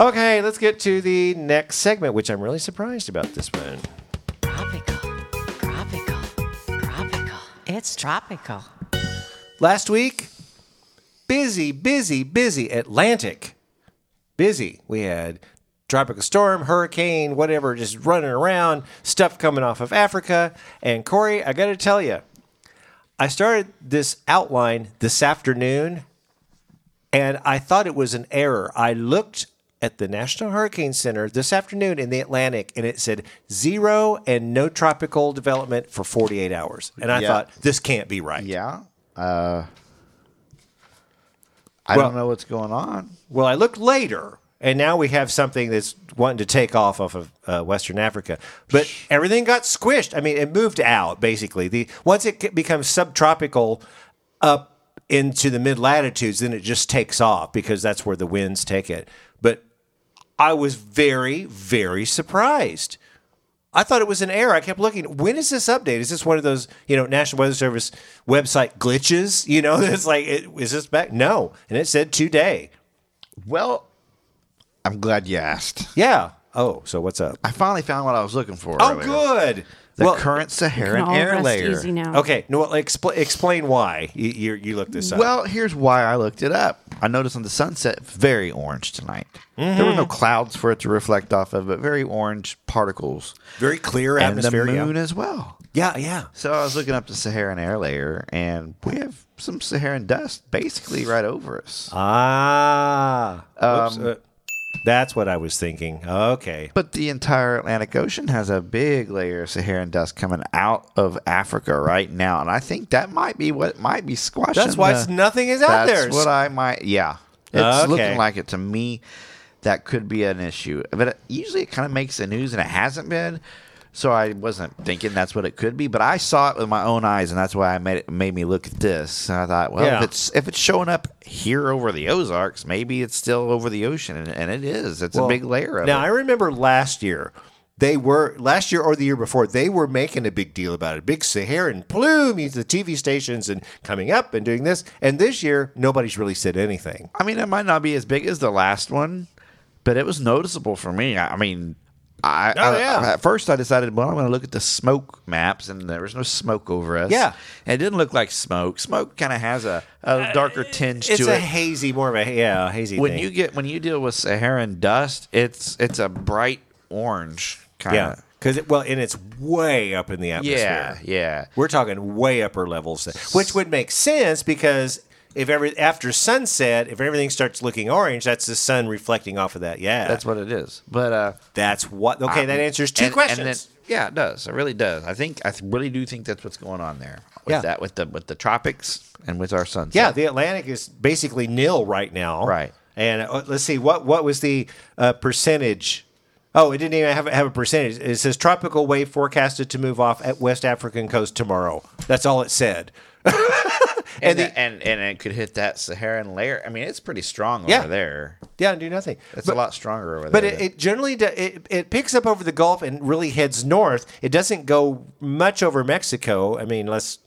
Speaker 1: Okay, let's get to the next segment, which I'm really surprised about this one.
Speaker 6: Tropical. Tropical. Tropical. It's tropical.
Speaker 1: Last week, busy, busy, busy Atlantic. Busy. We had tropical storm, hurricane, whatever, just running around, stuff coming off of Africa. And Corey, I got to tell you, I started this outline this afternoon and I thought it was an error. I looked at the National Hurricane Center this afternoon in the Atlantic and it said zero and no tropical development for 48 hours. And I
Speaker 7: Yeah.
Speaker 1: thought, this can't be right.
Speaker 7: Yeah. Uh, I
Speaker 1: Well-
Speaker 7: don't know what's going on.
Speaker 1: Well, I looked later, and now we have something that's wanting to take off off of uh, Western Africa. But everything got squished. I mean, it moved out basically. The once it get- becomes subtropical up into the mid latitudes, then it just takes off because that's where the winds take it. But I was very, very surprised. I thought it was an error. I kept looking. When is this update? Is this one of those, you know, National Weather Service website glitches? You know, (laughs) it's like, it, is this back? No. And it said today.
Speaker 7: Well, I'm glad you asked.
Speaker 1: Yeah. Oh, so what's up?
Speaker 7: I finally found what I was looking for.
Speaker 1: Oh,
Speaker 7: earlier.
Speaker 1: good.
Speaker 7: The
Speaker 1: well,
Speaker 7: current Saharan
Speaker 3: all
Speaker 7: air
Speaker 3: rest
Speaker 7: layer.
Speaker 3: easy now.
Speaker 1: Okay, no, well, expl- explain why you, you you looked this up.
Speaker 7: Well, here's why I looked it up. I noticed on the sunset, very orange tonight.
Speaker 1: Mm-hmm.
Speaker 7: There were no clouds for it to reflect off of, but very orange particles.
Speaker 1: very clear
Speaker 7: And the
Speaker 1: atmosphere. yeah.
Speaker 7: moon as well.
Speaker 1: yeah, yeah.
Speaker 7: So I was looking up the Saharan air layer, and we have some Saharan dust basically right over us.
Speaker 1: Ah, Whoops,
Speaker 7: Um,
Speaker 1: uh, that's what I was thinking. Okay,
Speaker 7: But the entire Atlantic Ocean has a big layer of Saharan dust coming out of Africa right now, and I think that might be what might be squashing.
Speaker 1: that's why
Speaker 7: the-
Speaker 1: it's nothing is out
Speaker 7: that's
Speaker 1: there.
Speaker 7: what I might. Yeah, it's
Speaker 1: Okay.
Speaker 7: looking like it to me. That could be an issue, but it, usually it kind of makes the news, and it hasn't been. So I wasn't thinking that's what it could be, but I saw it with my own eyes, and that's why I made it made me look at this. And I thought, well,
Speaker 1: Yeah.
Speaker 7: if it's if it's showing up here over the Ozarks, maybe it's still over the ocean, and, and it is. It's a
Speaker 1: Well,
Speaker 7: big layer of
Speaker 1: Now
Speaker 7: it.
Speaker 1: I remember last year. They were last year or the year before. They were making a big deal about it. Big Saharan plume. He's the TV stations and coming up and doing this. And this year, nobody's really said anything.
Speaker 7: I mean, it might not be as big as the last one, but it was noticeable for me. I, I mean, I,
Speaker 1: Oh,
Speaker 7: I-
Speaker 1: yeah.
Speaker 7: at first I decided, well, I'm going to look at the smoke maps, and there was no smoke over us.
Speaker 1: Yeah. Uh,
Speaker 7: and it didn't look like smoke. Smoke kind of has a, a darker tinge
Speaker 1: It's
Speaker 7: to
Speaker 1: a
Speaker 7: it.
Speaker 1: hazy, more of a yeah, a hazy
Speaker 7: when
Speaker 1: thing.
Speaker 7: you get when you deal with Saharan dust, it's it's a bright orange kind
Speaker 1: yeah,
Speaker 7: of.
Speaker 1: because it, well, and it's way up in the atmosphere.
Speaker 7: Yeah, yeah.
Speaker 1: We're talking way upper levels, there, which would make sense because if every after sunset, if everything starts looking orange, that's the sun reflecting off of that. Yeah,
Speaker 7: That's what it is. But uh,
Speaker 1: that's what. Okay, that answers two
Speaker 7: and- and
Speaker 1: questions.
Speaker 7: it- yeah, it does. It really does. I think I th- really do think that's what's going on there. With
Speaker 1: Yeah.
Speaker 7: that with the with the tropics and with our sunset.
Speaker 1: Yeah, the Atlantic is basically nil right now.
Speaker 7: Right.
Speaker 1: And uh, let's see what what was the uh, percentage. Oh, it didn't even have, have a percentage. It says tropical wave forecasted to move off at West African coast tomorrow. That's all it said.
Speaker 7: and the- and and it could hit that Saharan layer. I mean, it's pretty strong
Speaker 1: Yeah.
Speaker 7: over there.
Speaker 1: Yeah, do nothing.
Speaker 7: It's
Speaker 1: But-
Speaker 7: a lot stronger over
Speaker 1: But
Speaker 7: there.
Speaker 1: it, it generally do, it, it picks up over the Gulf and really heads north. It doesn't go much over Mexico. I mean, unless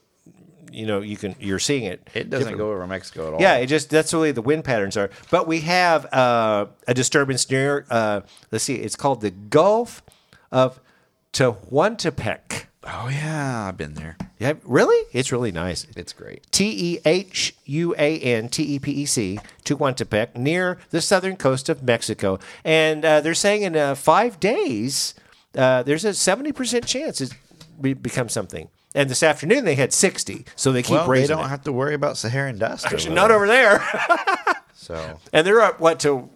Speaker 1: you know you can you're seeing it.
Speaker 7: it doesn't go over Mexico at all.
Speaker 1: Yeah, it just that's the way the wind patterns are. But we have uh, a disturbance near. Uh, let's see, it's called the Gulf of Tehuantepec.
Speaker 7: Oh yeah, I've been there.
Speaker 1: Yeah, really? It's really nice.
Speaker 7: It's great.
Speaker 1: T E H U A N T E P E C, Tehuantepec, near the southern coast of Mexico. And uh, they're saying in uh, five days, uh, there's a 70% chance it be- becomes something. And this afternoon they had 60, so they keep
Speaker 7: well, they
Speaker 1: raising
Speaker 7: don't
Speaker 1: it.
Speaker 7: have to worry about Saharan dust. Over
Speaker 1: Not
Speaker 7: there.
Speaker 1: over there.
Speaker 7: So
Speaker 1: and they're up, what, to.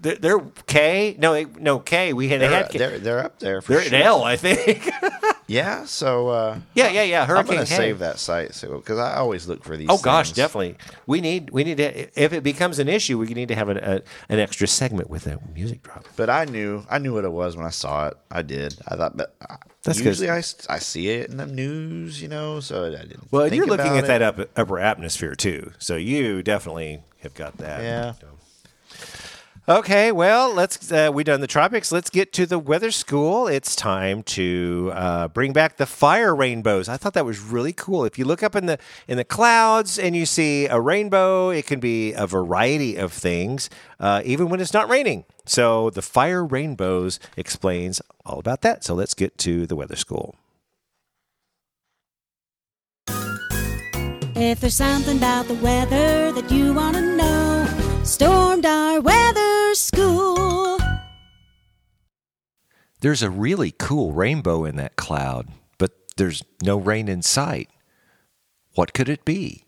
Speaker 1: They're, they're K? No, they, no K. We had, they
Speaker 7: they're,
Speaker 1: had K. They're,
Speaker 7: they're, they're up there for
Speaker 1: at
Speaker 7: sure.
Speaker 1: L, I think. (laughs)
Speaker 7: Yeah. So uh,
Speaker 1: yeah, yeah, yeah.
Speaker 7: I'm
Speaker 1: Hurricane
Speaker 7: gonna
Speaker 1: K.
Speaker 7: save that site so because I always look for these.
Speaker 1: Oh gosh,
Speaker 7: things.
Speaker 1: definitely. We need we need to if it becomes an issue, we need to have an a, an extra segment with a music drop.
Speaker 7: But I knew, I knew what it was when I saw it. I did. I thought, but I-
Speaker 1: That's good.
Speaker 7: usually I, s- I see it in the news, you know. So I didn't.
Speaker 1: Well, and
Speaker 7: think
Speaker 1: you're looking
Speaker 7: about
Speaker 1: at
Speaker 7: it.
Speaker 1: that up, upper atmosphere too, so you definitely have got that.
Speaker 7: Yeah.
Speaker 1: Okay, well, let's uh, we done the tropics. Let's get to the weather school. It's time to uh, bring back the fire rainbows. I thought that was really cool. If you look up in the in the clouds and you see a rainbow, it can be a variety of things, uh, even when it's not raining. So the fire rainbows explains all about that. So let's get to the weather school.
Speaker 8: If there's something about the weather that you want to know, stormed our weather school.
Speaker 1: There's a really cool rainbow in that cloud, but there's no rain in sight. What could it be?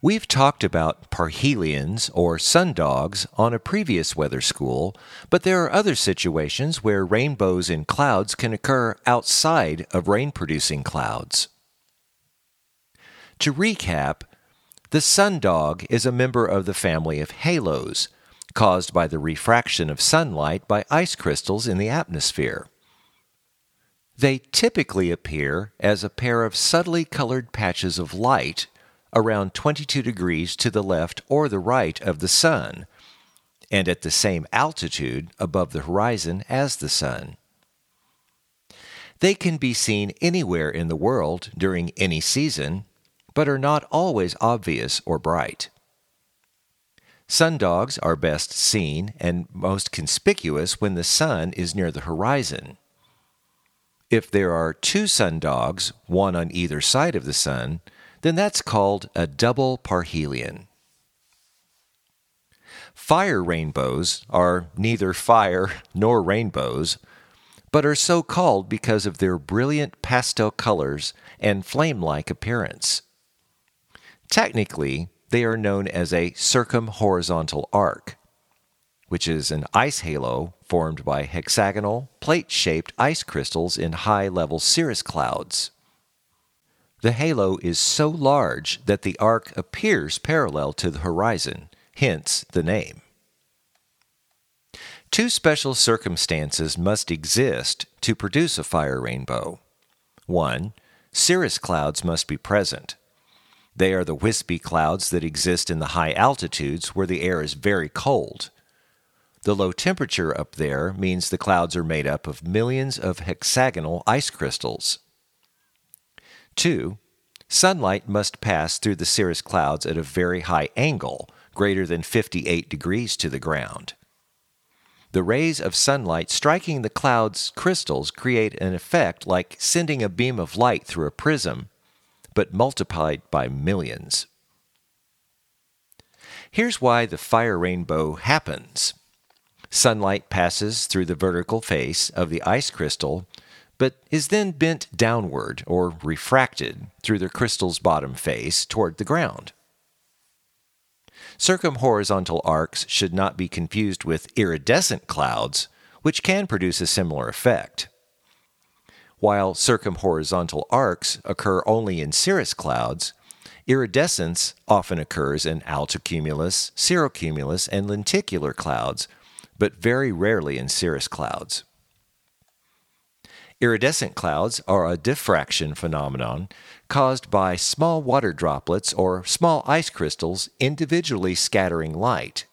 Speaker 1: We've talked about parhelions or sundogs on a previous weather school, but there are other situations where rainbows in clouds can occur outside of rain producing clouds. To recap, the sundog is a member of the family of halos, caused by the refraction of sunlight by ice crystals in the atmosphere. They typically appear as a pair of subtly colored patches of light around 22 degrees to the left or the right of the sun, and at the same altitude above the horizon as the sun. They can be seen anywhere in the world during any season, but are not always obvious or bright. Sundogs are best seen and most conspicuous when the sun is near the horizon. If there are two sundogs, one on either side of the sun, then that's called a double parhelion. Fire rainbows are neither fire nor rainbows, but are so called because of their brilliant pastel colors and flame like appearance. Technically, they are known as a circumhorizontal arc, which is an ice halo formed by hexagonal, plate shaped ice crystals in high level cirrus clouds. The halo is so large that the arc appears parallel to the horizon, hence the name. Two special circumstances must exist to produce a fire rainbow. One, cirrus clouds must be present. They are the wispy clouds that exist in the high altitudes where the air is very cold. The low temperature up there means the clouds are made up of millions of hexagonal ice crystals. Two, sunlight must pass through the cirrus clouds at a very high angle, greater than 58 degrees to the ground. The rays of sunlight striking the cloud's crystals create an effect like sending a beam of light through a prism, but multiplied by millions. Here's why the fire rainbow happens sunlight passes through the vertical face of the ice crystal, but is then bent downward or refracted through the crystal's bottom face toward the ground. Circumhorizontal arcs should not be confused with iridescent clouds, which can produce a similar effect. While circumhorizontal arcs occur only in cirrus clouds, iridescence often occurs in altocumulus, cirrocumulus, and lenticular clouds, but very rarely in cirrus clouds. Iridescent clouds are a diffraction phenomenon caused by small water droplets or small ice crystals individually scattering light.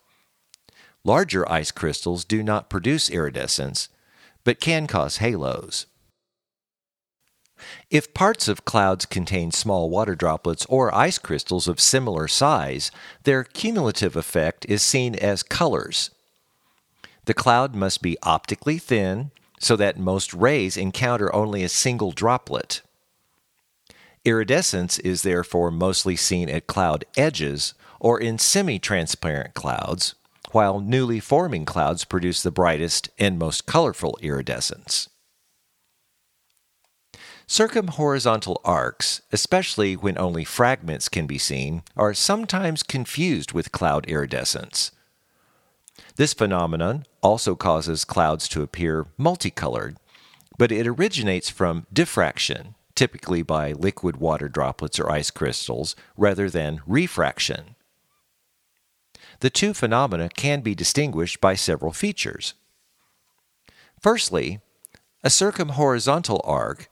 Speaker 1: Larger ice crystals do not produce iridescence, but can cause halos. If parts of clouds contain small water droplets or ice crystals of similar size, their cumulative effect is seen as colors. The cloud must be optically thin so that most rays encounter only a single droplet. Iridescence is therefore mostly seen at cloud edges or in semi transparent clouds, while newly forming clouds produce the brightest and most colorful iridescence. Circumhorizontal arcs, especially when only fragments can be seen, are sometimes confused with cloud iridescence. This phenomenon also causes clouds to appear multicolored, but it originates from diffraction, typically by liquid water droplets or ice crystals, rather than refraction. The two phenomena can be distinguished by several features. Firstly, a circumhorizontal arc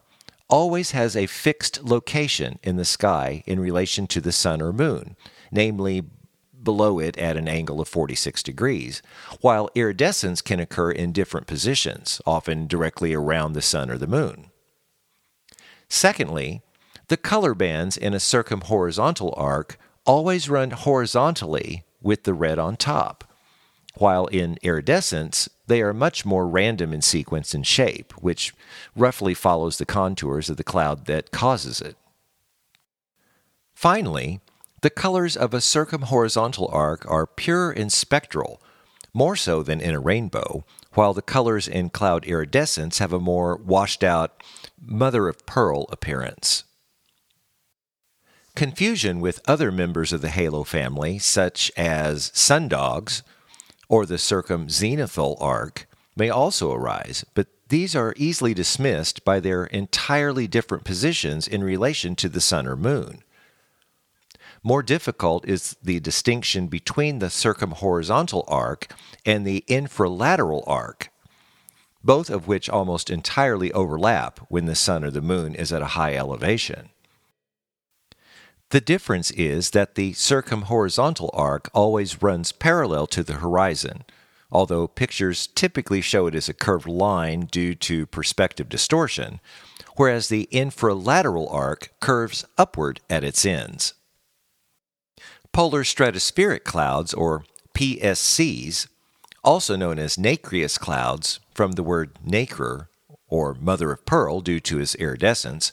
Speaker 1: always has a fixed location in the sky in relation to the sun or moon, namely below it at an angle of 46 degrees, while iridescence can occur in different positions, often directly around the sun or the moon. Secondly, the color bands in a circumhorizontal arc always run horizontally with the red on top, while in iridescence, they are much more random in sequence and shape, which roughly follows the contours of the cloud that causes it. Finally, the colors of a circumhorizontal arc are pure and spectral, more so than in a rainbow, while the colors in cloud iridescence have a more washed out, mother of pearl appearance. Confusion with other members of the halo family, such as sundogs or the circumzenithal arc, may also arise, but these are easily dismissed by their entirely different positions in relation to the sun or moon. More difficult is the distinction between the circumhorizontal arc and the infralateral arc, both of which almost entirely overlap when the sun or the moon is at a high elevation. The difference is that the circumhorizontal arc always runs parallel to the horizon, although pictures typically show it as a curved line due to perspective distortion, whereas the infralateral arc curves upward at its ends. Polar stratospheric clouds, or PSCs, also known as nacreous clouds, from the word nacre, or mother of pearl due to its iridescence,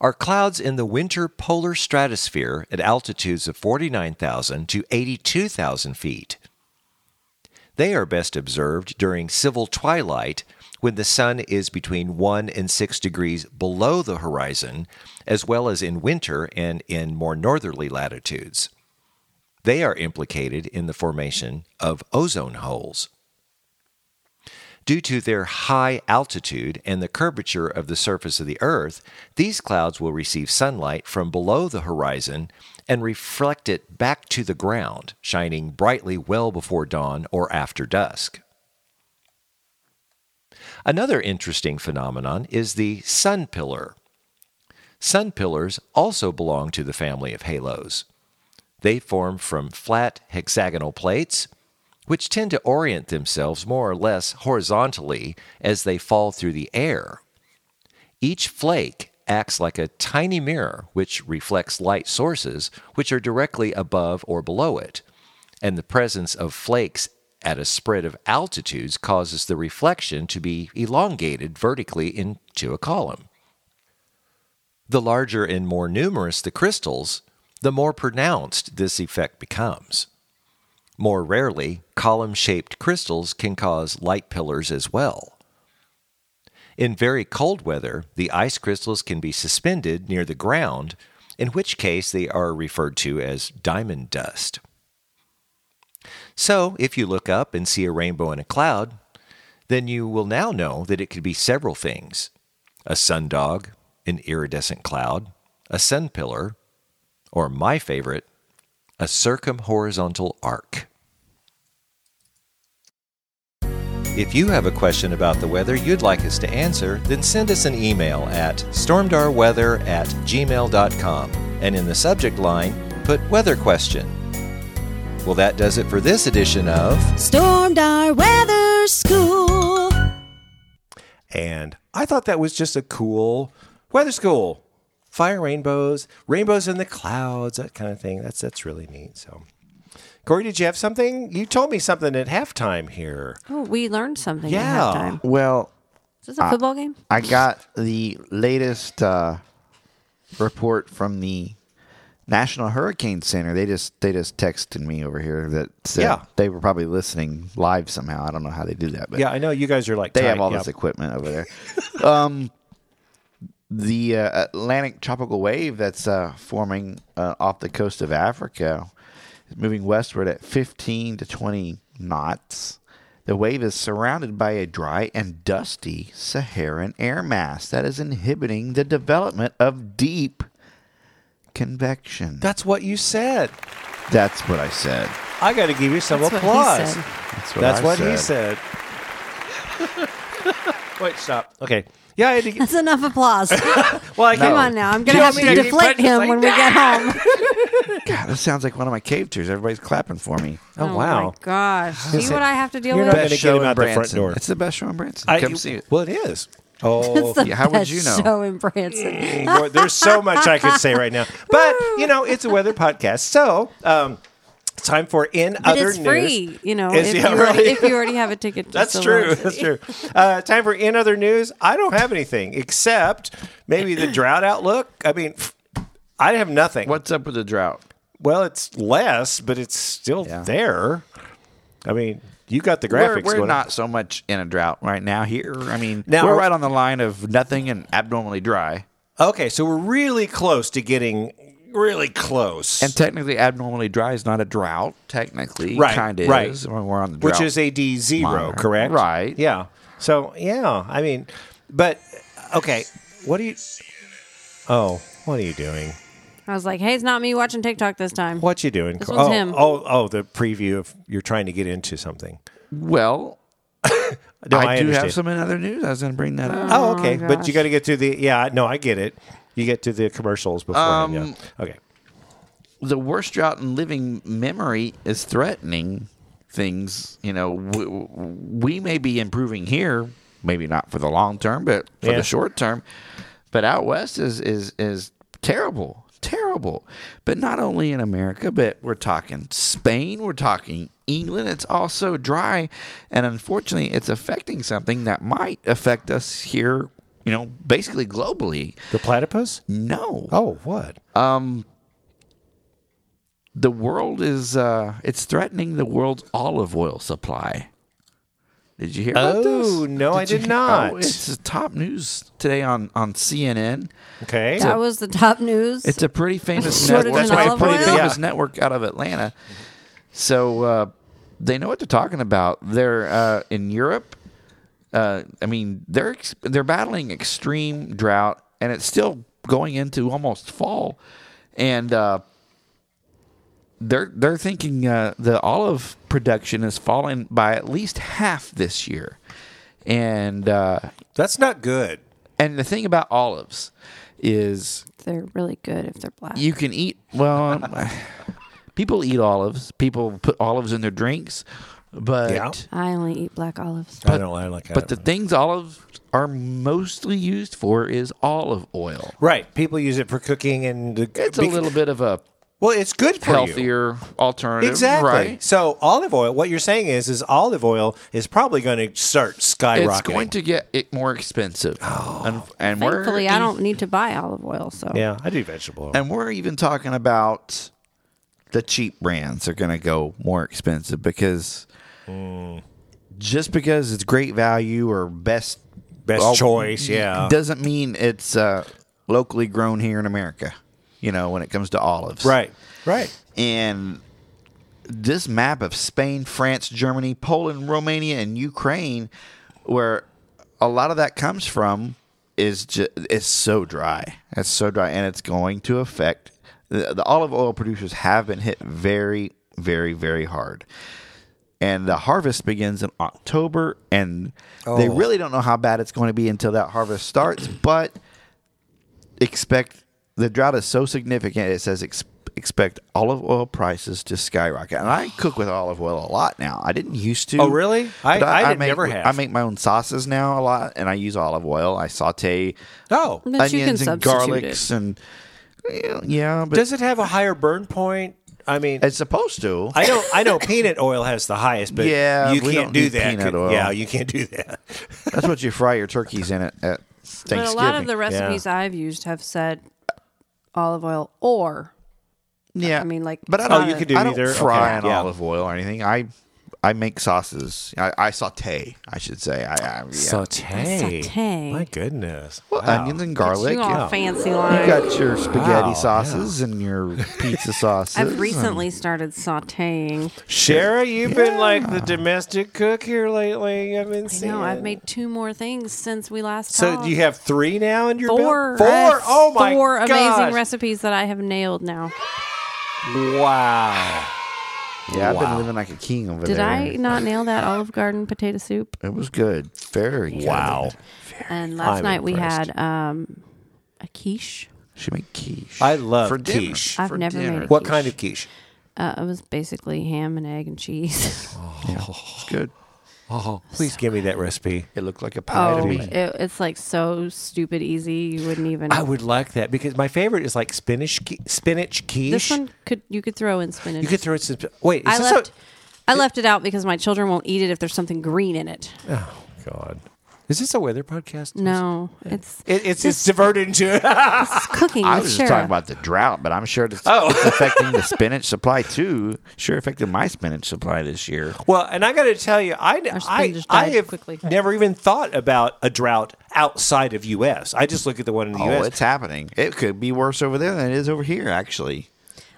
Speaker 1: are clouds in the winter polar stratosphere at altitudes of 49,000 to 82,000 feet. They are best observed during civil twilight when the sun is between 1 and 6 degrees below the horizon, as well as in winter and in more northerly latitudes. They are implicated in the formation of ozone holes. Due to their high altitude and the curvature of the surface of the Earth, these clouds will receive sunlight from below the horizon and reflect it back to the ground, shining brightly well before dawn or after dusk. Another interesting phenomenon is the sun pillar. Sun pillars also belong to the family of halos. They form from flat hexagonal plates, which tend to orient themselves more or less horizontally as they fall through the air. Each flake acts like a tiny mirror which reflects light sources which are directly above or below it, and the presence of flakes at a spread of altitudes causes the reflection to be elongated vertically into a column. The larger and more numerous the crystals, the more pronounced this effect becomes. More rarely, column shaped crystals can cause light pillars as well. In very cold weather, the ice crystals can be suspended near the ground, in which case they are referred to as diamond dust. So, if you look up and see a rainbow in a cloud, then you will now know that it could be several things a sundog, an iridescent cloud, a sun pillar, or my favorite, a circumhorizontal arc. If you have a question about the weather you'd like us to answer, then send us an email at stormdarweather at gmail.com and in the subject line, put weather question. Well, that does it for this edition of.
Speaker 8: Stormed our weather school.
Speaker 9: And I thought that was just a cool weather school. Fire rainbows, rainbows in the clouds, that kind of thing. That's that's really neat. So, Corey, did you have something? You told me something at halftime here.
Speaker 3: Oh, we learned something
Speaker 9: Yeah.
Speaker 3: at halftime.
Speaker 1: uh,
Speaker 7: Well,
Speaker 3: Is this a football game?
Speaker 7: I got the latest uh, report from the National Hurricane Center. They just they just texted me over here that said
Speaker 9: Yeah.
Speaker 7: they were probably listening live somehow. I don't know how they do that, but
Speaker 9: Yeah, I know you guys are like
Speaker 7: they have
Speaker 9: tight.
Speaker 7: all
Speaker 9: Yeah.
Speaker 7: this equipment over there. (laughs) um, the uh, Atlantic tropical wave that's uh, forming uh, off the coast of Africa is moving westward at 15 to 20 knots. The wave is surrounded by a dry and dusty Saharan air mass that is inhibiting the development of deep convection.
Speaker 9: That's what you said.
Speaker 7: that's what I said.
Speaker 9: I got to give you some
Speaker 3: That's what he
Speaker 9: applause.
Speaker 3: said.
Speaker 7: That's what,
Speaker 9: That's
Speaker 7: I
Speaker 9: what he said. (laughs) Wait, stop. Okay. Yeah, I had to
Speaker 3: (laughs)
Speaker 9: get,
Speaker 3: That's enough applause.
Speaker 9: well, I
Speaker 3: Come
Speaker 9: can't-
Speaker 3: on now. I'm going to
Speaker 9: Do you
Speaker 3: have
Speaker 9: want me
Speaker 3: to
Speaker 9: to
Speaker 3: deflate
Speaker 9: keep
Speaker 3: him
Speaker 9: practicing?
Speaker 3: when we get home.
Speaker 7: God, this sounds like one of my cave tours. Everybody's clapping for me.
Speaker 9: Oh, wow.
Speaker 3: my gosh. See
Speaker 9: Listen,
Speaker 3: what I have to deal
Speaker 9: you're
Speaker 3: with?
Speaker 9: not- gonna get him
Speaker 7: in
Speaker 9: out the front
Speaker 7: Branson.
Speaker 9: door.
Speaker 7: It's the best show in Branson.
Speaker 9: I-
Speaker 7: Come see it.
Speaker 9: Well, it is. Oh,
Speaker 3: It's the
Speaker 7: Yeah, how would
Speaker 3: best
Speaker 7: you know?
Speaker 3: show in
Speaker 9: (laughs)
Speaker 3: Branson.
Speaker 9: Boy, there's so much I could say right now. But, you know, it's a weather podcast. So, um, it's time for In
Speaker 3: But
Speaker 9: Other
Speaker 3: it's
Speaker 9: News.
Speaker 3: free, you know,
Speaker 9: It's-
Speaker 3: if,
Speaker 9: yeah,
Speaker 3: you already,
Speaker 9: really.
Speaker 3: if you already have a ticket. to
Speaker 9: That's
Speaker 3: Silver
Speaker 9: true.
Speaker 3: Lake
Speaker 9: That's
Speaker 3: City.
Speaker 9: true. Uh, time for in other news. I don't have anything except maybe the drought outlook. I mean, pff, I have nothing.
Speaker 7: What's up with the drought?
Speaker 9: Well, it's less, but it's still
Speaker 7: Yeah.
Speaker 9: there. I mean, you got the
Speaker 7: We're,
Speaker 9: graphics.
Speaker 7: we're
Speaker 9: going-
Speaker 7: not so much in a drought right now here. I mean,
Speaker 9: Now-
Speaker 7: we're right on the line of nothing and abnormally dry,
Speaker 9: Okay, so we're really close to getting really close.
Speaker 7: and technically, abnormally dry is not a drought. Technically,
Speaker 9: Right,
Speaker 7: kind of
Speaker 9: right.
Speaker 7: is. I mean, We're on the drought.
Speaker 9: which is a D zero,
Speaker 7: Minor.
Speaker 9: correct?
Speaker 7: Right.
Speaker 9: Yeah. So yeah, I mean, but okay, what are you? Oh, what are you doing?
Speaker 3: I was like, hey, it's not me watching TikTok this time.
Speaker 9: What you doing?
Speaker 3: This
Speaker 9: oh,
Speaker 3: one's him.
Speaker 9: oh, oh, the preview of you're trying to get into something.
Speaker 7: Well,
Speaker 1: Oh,
Speaker 9: No,
Speaker 7: I, do have
Speaker 9: understand.
Speaker 7: some in other news. I was going to bring that up.
Speaker 9: Oh, okay, but
Speaker 3: gosh.
Speaker 9: you got to get to the yeah. No, I get it. You get to the commercials before. yeah.
Speaker 7: Um,
Speaker 9: Okay.
Speaker 7: The worst drought in living memory is threatening things. You know, we, we may be improving here, maybe not for the long term, but for
Speaker 9: Yeah.
Speaker 7: the short term. But out west is is is terrible, terrible. But not only in America, but we're talking Spain, we're talking England. It's also dry, and unfortunately, it's affecting something that might affect us here. You know, basically globally.
Speaker 9: The platypus?
Speaker 7: No,
Speaker 9: Oh, what?
Speaker 7: the world is uh it's threatening the world's olive oil supply. Did you hear about this?
Speaker 9: Oh, no, I
Speaker 7: you
Speaker 9: did
Speaker 7: hear-
Speaker 9: not.
Speaker 7: Oh, it's the top news today on on CNN.
Speaker 9: Okay.
Speaker 3: that was the top news.
Speaker 7: It's a
Speaker 3: (laughs)
Speaker 7: pretty famous
Speaker 3: Shortage
Speaker 7: network.
Speaker 3: in
Speaker 7: That's why it's a
Speaker 3: olive
Speaker 7: pretty
Speaker 3: oil?
Speaker 7: famous network out of Atlanta. So uh, they know what they're talking about. They're uh, in Europe. Uh, I mean, they're ex- they're battling extreme drought, and it's still going into almost fall, and uh, they're they're thinking uh, the olive production is falling by at least half this year, and uh,
Speaker 9: That's not good.
Speaker 7: and the thing about olives is
Speaker 3: they're really good if they're black.
Speaker 7: you can eat. Well, um, people eat olives. People put olives in their drinks, but
Speaker 9: Yeah.
Speaker 3: I only eat black olives.
Speaker 9: I don't I like that.
Speaker 7: but the things olives are mostly used for is olive oil.
Speaker 9: right, people use it for cooking and the,
Speaker 7: It's a
Speaker 9: bec-
Speaker 7: little bit of a
Speaker 9: well, it's good for you.
Speaker 7: healthier alternative,
Speaker 9: Exactly.
Speaker 7: right?
Speaker 9: So olive oil. What you're saying is, is olive oil is probably going to start skyrocketing.
Speaker 7: It's going to get it more expensive,
Speaker 9: Oh.
Speaker 7: and, and we're
Speaker 3: Thankfully, I don't need to buy olive oil, so
Speaker 9: Yeah, I do vegetable. oil.
Speaker 7: And we're even talking about the cheap brands are going to go more expensive because
Speaker 9: Mm.
Speaker 7: just because it's great value or best oh,
Speaker 9: Best choice, yeah.
Speaker 7: doesn't mean it's uh, locally grown here in America. You know, when it comes to olives,
Speaker 9: right. Right.
Speaker 7: And this map of Spain, France, Germany, Poland, Romania, and Ukraine, where a lot of that comes from, is just it's so dry. It's so dry, and it's going to affect the, the olive oil producers have been hit very, very, very hard. And the harvest begins in October, and
Speaker 9: Oh.
Speaker 7: they really don't know how bad it's going to be until that harvest starts. But expect the drought is so significant it says ex- expect olive oil prices to skyrocket and i cook with olive oil a lot now i didn't used to
Speaker 9: Oh, really? I-
Speaker 7: But
Speaker 9: I didn't-
Speaker 7: make,
Speaker 9: never have.
Speaker 7: i make my own sauces now a lot and i use olive oil i saute
Speaker 9: Oh.
Speaker 3: But you can
Speaker 7: onions and
Speaker 3: substitute
Speaker 7: garlics and yeah, yeah but
Speaker 9: Does it have a higher burn point? I mean,
Speaker 7: it's supposed to
Speaker 9: I know, I know, peanut oil has the highest, but
Speaker 7: Yeah,
Speaker 9: you
Speaker 7: we
Speaker 9: can't
Speaker 7: don't
Speaker 9: do
Speaker 7: need
Speaker 9: that.
Speaker 7: peanut oil.
Speaker 9: Yeah, you can't do that.
Speaker 7: that's what you fry your turkeys in it at
Speaker 3: But
Speaker 7: thanksgiving
Speaker 3: a lot of the recipes I've used have said olive oil or
Speaker 7: yeah
Speaker 3: I mean, like-
Speaker 7: but i
Speaker 3: Oh,
Speaker 7: don't
Speaker 3: you could
Speaker 9: do
Speaker 7: I don't
Speaker 9: either?
Speaker 7: fry
Speaker 9: Okay,
Speaker 7: in
Speaker 9: yeah.
Speaker 7: olive oil or anything i I make sauces. I, I saute. I should say. I, I yeah.
Speaker 9: Saute.
Speaker 3: Saute.
Speaker 9: My goodness.
Speaker 7: Well,
Speaker 9: Wow.
Speaker 7: onions and garlic.
Speaker 3: you all
Speaker 7: yeah.
Speaker 3: fancy
Speaker 7: You
Speaker 3: line.
Speaker 7: got your spaghetti
Speaker 9: Wow,
Speaker 7: sauces and your
Speaker 3: (laughs)
Speaker 7: pizza sauces.
Speaker 3: I've recently started sautéing.
Speaker 9: Shara, you've been like the domestic cook here lately. I've been
Speaker 3: I
Speaker 9: seeing.
Speaker 3: know I've made two more things since we last
Speaker 9: So
Speaker 3: talked.
Speaker 9: you have three now in your belt?
Speaker 3: four,
Speaker 9: Four.
Speaker 3: I have
Speaker 9: oh my
Speaker 3: four amazing
Speaker 9: gosh.
Speaker 3: recipes that I have nailed now.
Speaker 9: Wow.
Speaker 7: and- yeah, I've been living like a king over
Speaker 3: Did
Speaker 7: there.
Speaker 3: I not nail that Olive Garden potato soup?
Speaker 7: It was good. Very good.
Speaker 9: Wow.
Speaker 3: And last
Speaker 9: I'm
Speaker 3: night we
Speaker 9: impressed.
Speaker 3: had um, a quiche.
Speaker 7: She made quiche.
Speaker 9: I love
Speaker 7: For dinner.
Speaker 9: uh, quiche.
Speaker 3: I've
Speaker 7: For
Speaker 3: never made
Speaker 7: dinner.
Speaker 3: a
Speaker 9: What
Speaker 3: quiche.
Speaker 9: kind of quiche?
Speaker 3: Uh, it was basically ham and egg and
Speaker 7: (laughs)
Speaker 3: cheese. (laughs)
Speaker 7: It's good.
Speaker 9: Please give me that recipe.
Speaker 7: It looked like a pie
Speaker 3: oh,
Speaker 7: to me.
Speaker 3: it, it's like so stupid easy. You wouldn't even.
Speaker 9: I would like that because my favorite is like spinach qui- spinach quiche.
Speaker 3: This one could you could throw in spinach.
Speaker 9: you could throw it. Some, wait, is
Speaker 3: I
Speaker 9: this
Speaker 3: left. I left it out because my children won't eat it if there's something green in it.
Speaker 9: a? Oh God, is this a weather podcast?
Speaker 3: No, it's
Speaker 9: It, it's it's diverted into.
Speaker 3: it's cooking.
Speaker 7: I
Speaker 3: with
Speaker 7: was
Speaker 3: Shara.
Speaker 7: just talking about the drought, but I'm sure it's
Speaker 9: (laughs)
Speaker 7: oh. affecting the spinach supply too. Sure affected my spinach supply this year.
Speaker 9: (laughs) well, and I got to tell you, I I,
Speaker 3: spinach
Speaker 9: I
Speaker 3: died
Speaker 9: have
Speaker 3: quickly.
Speaker 9: never even thought about a drought outside of U.S. I just look at the one in the
Speaker 7: Oh,
Speaker 9: U.S.
Speaker 7: it's happening. It could be worse over there than it is over here, actually.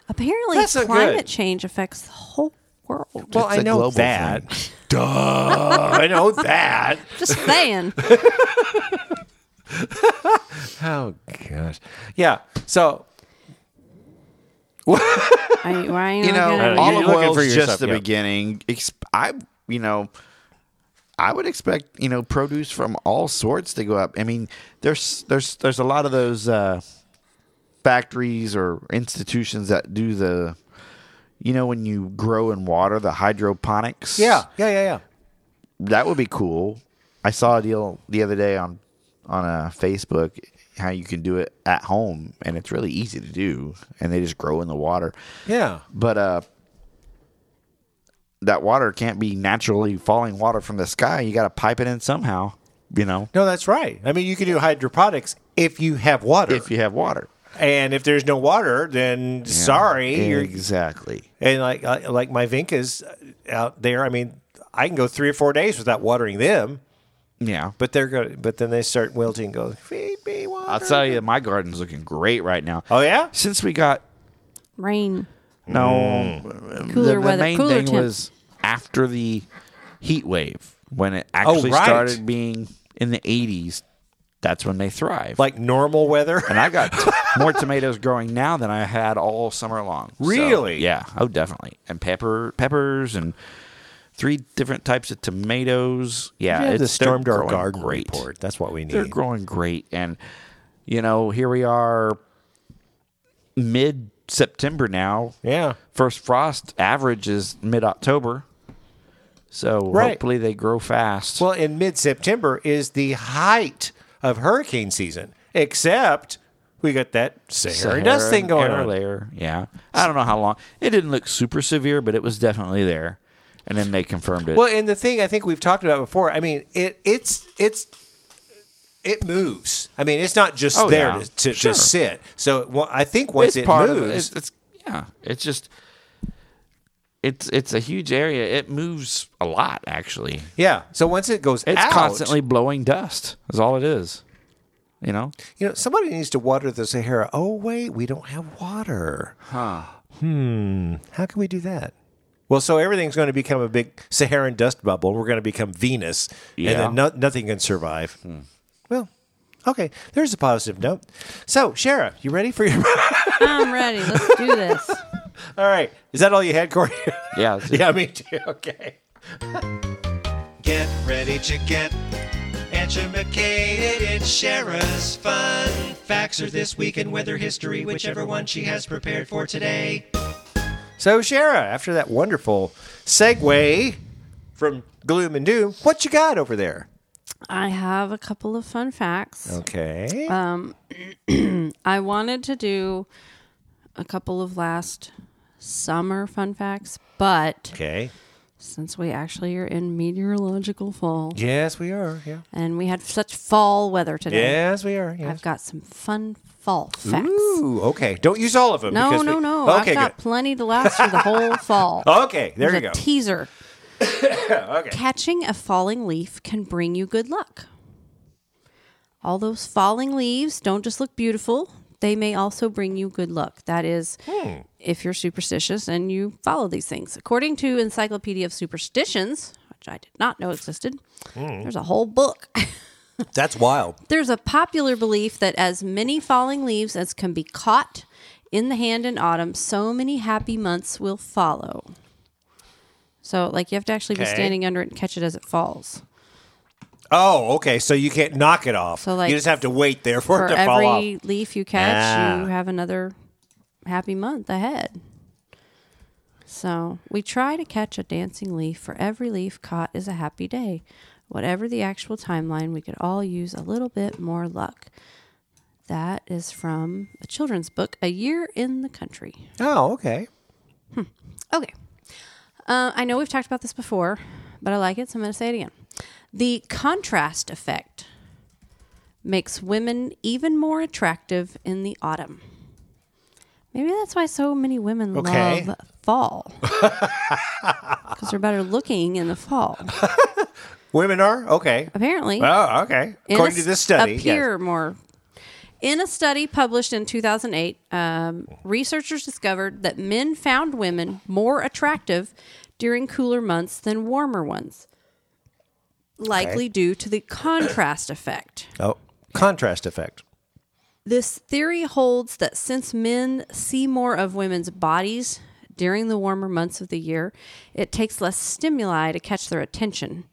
Speaker 3: Apparently,
Speaker 9: That's not
Speaker 3: climate
Speaker 9: good.
Speaker 3: change affects the whole world.
Speaker 9: well,
Speaker 7: it's
Speaker 9: I
Speaker 7: a
Speaker 9: know
Speaker 7: global
Speaker 9: that. (laughs) Duh, I know that.
Speaker 3: just
Speaker 7: (laughs)
Speaker 3: saying.
Speaker 9: Oh gosh, yeah. So
Speaker 3: I, why you,
Speaker 7: you know, uh,
Speaker 3: know,
Speaker 9: all
Speaker 7: olive
Speaker 9: You're looking
Speaker 7: oil's
Speaker 9: for yourself,
Speaker 7: just the
Speaker 9: yeah.
Speaker 7: beginning. Ex- I, you know, I would expect you know produce from all sorts to go up. I mean, there's there's there's a lot of those uh, factories or institutions that do the, you know, when you grow in water, the hydroponics.
Speaker 9: Yeah, yeah, yeah, yeah.
Speaker 7: that would be cool. I saw a deal the other day on on uh, Facebook how you can do it at home, and it's really easy to do, and they just grow in the water.
Speaker 9: Yeah.
Speaker 7: But uh that water can't be naturally falling water from the sky. You got to pipe it in somehow, you know,
Speaker 9: No, that's right. I mean, you can do hydroponics if you have water.
Speaker 7: if you have water.
Speaker 9: and if there's no water, then sorry. You're,
Speaker 7: Exactly.
Speaker 9: and like like like my Vinkas out there, I mean, I can go three or four days without watering them,
Speaker 7: Yeah.
Speaker 9: but they're going. to But then they start wilting. and Go feed me water.
Speaker 7: I'll tell you, my garden's looking great right now.
Speaker 9: Oh yeah.
Speaker 7: Since we got
Speaker 3: rain,
Speaker 7: no,
Speaker 3: cooler
Speaker 7: the, the
Speaker 3: weather,
Speaker 7: main
Speaker 3: cooler
Speaker 7: thing
Speaker 3: temps.
Speaker 7: was after the heat wave when it actually
Speaker 9: Oh, right.
Speaker 7: started being in the 80s. That's when they thrive.
Speaker 9: Like normal weather. (laughs)
Speaker 7: and I've got t- more tomatoes growing now than I had all summer long. So,
Speaker 9: Really?
Speaker 7: yeah. Oh, definitely. And pepper, peppers, and three different types of tomatoes. Yeah,
Speaker 9: Yeah, the
Speaker 7: it's- they're
Speaker 9: storm to our
Speaker 7: growing
Speaker 9: garden
Speaker 7: great.
Speaker 9: report. That's what we need.
Speaker 7: They're growing great, and you know, here we are, mid September now.
Speaker 9: yeah.
Speaker 7: First frost average is mid October, so
Speaker 9: Right.
Speaker 7: hopefully they grow fast.
Speaker 9: Well, in mid-September is the height of hurricane season. Except we got that Sahara, dust thing going
Speaker 7: air
Speaker 9: on.
Speaker 7: layer. Yeah, I don't know how long. It didn't look super severe, but it was definitely there. And then they confirmed it.
Speaker 9: Well, and the thing I think we've talked about before. I mean, it it's it's it moves. I mean, it's not just
Speaker 7: Oh,
Speaker 9: there
Speaker 7: yeah.
Speaker 9: to, to,
Speaker 7: Sure.
Speaker 9: to sit. So well, I think once it
Speaker 7: part of
Speaker 9: moves,
Speaker 7: it's, it's yeah. It's just it's it's a huge area. It moves a lot actually.
Speaker 9: yeah. So once it goes
Speaker 7: It's
Speaker 9: out,
Speaker 7: constantly blowing dust. Is all it is. You know.
Speaker 9: you know, somebody needs to water the Sahara. Oh wait, we don't have water. Huh. Hmm. How can we do that? Well, so everything's going to become a big Saharan dust bubble. We're going to become Venus,
Speaker 7: Yeah. Hmm.
Speaker 9: and then no, nothing can survive. Well, okay. There's a positive note. So, Shara, you ready for your?
Speaker 3: I'm ready. Let's do this.
Speaker 9: All right. Is that all you had, Corey?
Speaker 7: Yeah. it's-
Speaker 9: (laughs) yeah, me too. Okay.
Speaker 10: Get ready to get edumacated in Shara's fun facts or this week in weather history, whichever one she has prepared for today.
Speaker 9: So, Shara, after that wonderful segue from gloom and doom, what you got over there?
Speaker 3: I have a couple of fun
Speaker 7: (laughs)
Speaker 3: facts.
Speaker 9: Okay.
Speaker 3: Uh, I wanted to do a couple of last summer fun facts, but
Speaker 9: okay.
Speaker 3: since we actually are in meteorological fall
Speaker 9: Yes, we are. Yeah.
Speaker 3: and we had such fall weather today,
Speaker 9: Yes, we are. Yes.
Speaker 3: I've got some fun fall facts.
Speaker 9: Ooh, okay. Don't use all of them.
Speaker 3: No,
Speaker 9: because
Speaker 3: no,
Speaker 9: we-
Speaker 3: no.
Speaker 9: Okay,
Speaker 3: I've got
Speaker 9: good.
Speaker 3: plenty to last for the
Speaker 9: (laughs)
Speaker 3: whole fall.
Speaker 9: Okay, there you
Speaker 3: There's
Speaker 9: go.
Speaker 3: a
Speaker 9: (coughs)
Speaker 3: teaser. Catching a falling leaf can bring you good luck. All those falling leaves don't just look beautiful, they may also bring you good luck. That is,
Speaker 9: Hmm.
Speaker 3: if you're superstitious and you follow these things. According to Encyclopedia of Superstitions, which I did not know existed,
Speaker 9: Hmm.
Speaker 3: there's a whole book.
Speaker 9: That's wild.
Speaker 3: There's a popular belief that as many falling leaves as can be caught in the hand in autumn, so many happy months will follow. So, like, you have to actually be
Speaker 9: Okay.
Speaker 3: standing under it and catch it as it falls.
Speaker 9: Oh, okay. So you can't knock it off.
Speaker 3: So, like,
Speaker 9: you just have to wait there for,
Speaker 3: For
Speaker 9: it to fall off.
Speaker 3: every leaf you catch,
Speaker 9: Ah.
Speaker 3: you have another happy month ahead. So, we try to catch a dancing leaf, for every leaf caught is a happy day. Whatever the actual timeline, we could all use a little bit more luck. That is from a children's book, A Year in the Country.
Speaker 9: Oh, okay.
Speaker 3: Okay. Uh, I know we've talked about this before, but I like it, so I'm going to say it again. The contrast effect makes women even more attractive in the autumn. Maybe that's why so many women
Speaker 9: Okay.
Speaker 3: love fall. (laughs) Because they're better looking in the fall.
Speaker 9: Women are? Okay.
Speaker 3: Apparently.
Speaker 9: Oh, okay.
Speaker 3: In
Speaker 9: According
Speaker 3: a
Speaker 9: to
Speaker 3: s-
Speaker 9: this study. yes.
Speaker 3: appear more. In a study published in 2008, um, researchers discovered that men found women more attractive during cooler months than warmer ones, likely due to the contrast effect.
Speaker 9: Oh, contrast effect.
Speaker 3: This theory holds that since men see more of women's bodies during the warmer months of the year, it takes less stimuli to catch their attention.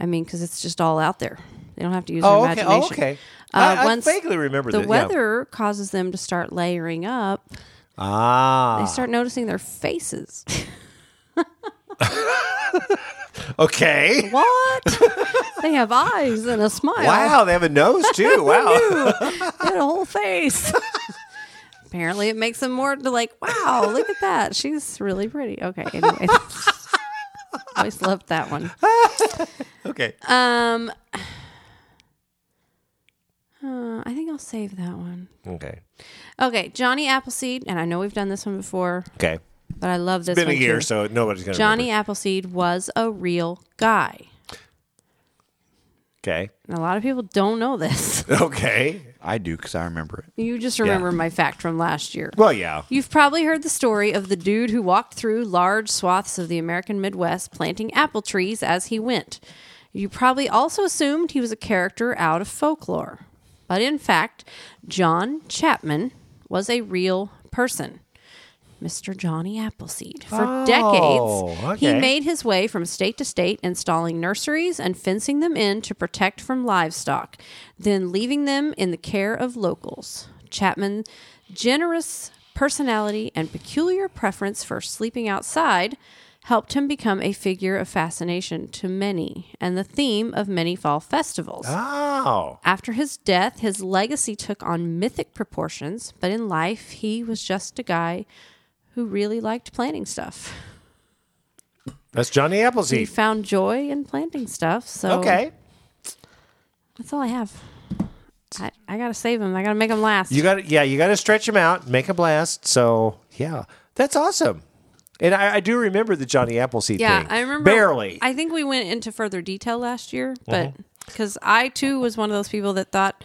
Speaker 3: I mean, because it's just all out there. They don't have to use
Speaker 9: Oh,
Speaker 3: their
Speaker 9: okay. Oh,
Speaker 3: imagination. Uh,
Speaker 9: okay. I- I vaguely remember
Speaker 3: the
Speaker 9: that, yeah.
Speaker 3: weather causes them to start layering up.
Speaker 9: Ah.
Speaker 3: They start noticing their faces.
Speaker 9: Okay.
Speaker 3: What? (laughs) they have eyes and a smile.
Speaker 9: Wow, they have a nose
Speaker 3: (laughs)
Speaker 9: too. Wow.
Speaker 3: They had a whole face. Apparently, it makes them more to like, wow, look at that. She's really pretty. Okay, anyway. (laughs) Always loved that one.
Speaker 9: (laughs) okay.
Speaker 3: Um, uh, I think I'll save that one.
Speaker 9: Okay.
Speaker 3: Okay, Johnny Appleseed, and I know we've done this one before,
Speaker 9: Okay.
Speaker 3: but I love this
Speaker 9: Been a
Speaker 3: one
Speaker 9: year,
Speaker 3: too.
Speaker 9: so nobody's gonna.
Speaker 3: Johnny
Speaker 9: remember.
Speaker 3: Appleseed was a real guy.
Speaker 9: Okay. (laughs)
Speaker 3: And a lot of people don't know this.
Speaker 9: Okay.
Speaker 7: I do because I remember it.
Speaker 3: You just remember my fact from last year.
Speaker 9: Well, yeah.
Speaker 3: You've probably heard the story of the dude who walked through large swaths of the American Midwest planting apple trees as he went. You probably also assumed he was a character out of folklore. But in fact, John Chapman was a real person. Mr. Johnny Appleseed. For decades,
Speaker 9: Oh,
Speaker 3: he
Speaker 9: okay.
Speaker 3: made his way from state to state, installing nurseries and fencing them in to protect from livestock, then leaving them in the care of locals. Chapman's generous personality and peculiar preference for sleeping outside helped him become a figure of fascination to many and the theme of many fall festivals.
Speaker 9: Oh.
Speaker 3: After his death, his legacy took on mythic proportions, but in life, he was just a guy who really liked planting stuff.
Speaker 9: That's Johnny
Speaker 3: He
Speaker 9: Appleseed.
Speaker 3: found joy in planting stuff, so
Speaker 9: Okay.
Speaker 3: that's all I have. I, I gotta save him. I gotta make him last.
Speaker 9: You got to yeah, you got to stretch them out, make them last. So yeah, that's awesome. And I, I do remember the Johnny Appleseed
Speaker 3: yeah,
Speaker 9: thing.
Speaker 3: I remember.
Speaker 9: barely. Uh-huh.
Speaker 3: I think we went into further detail last year, but because I too was one of those people that thought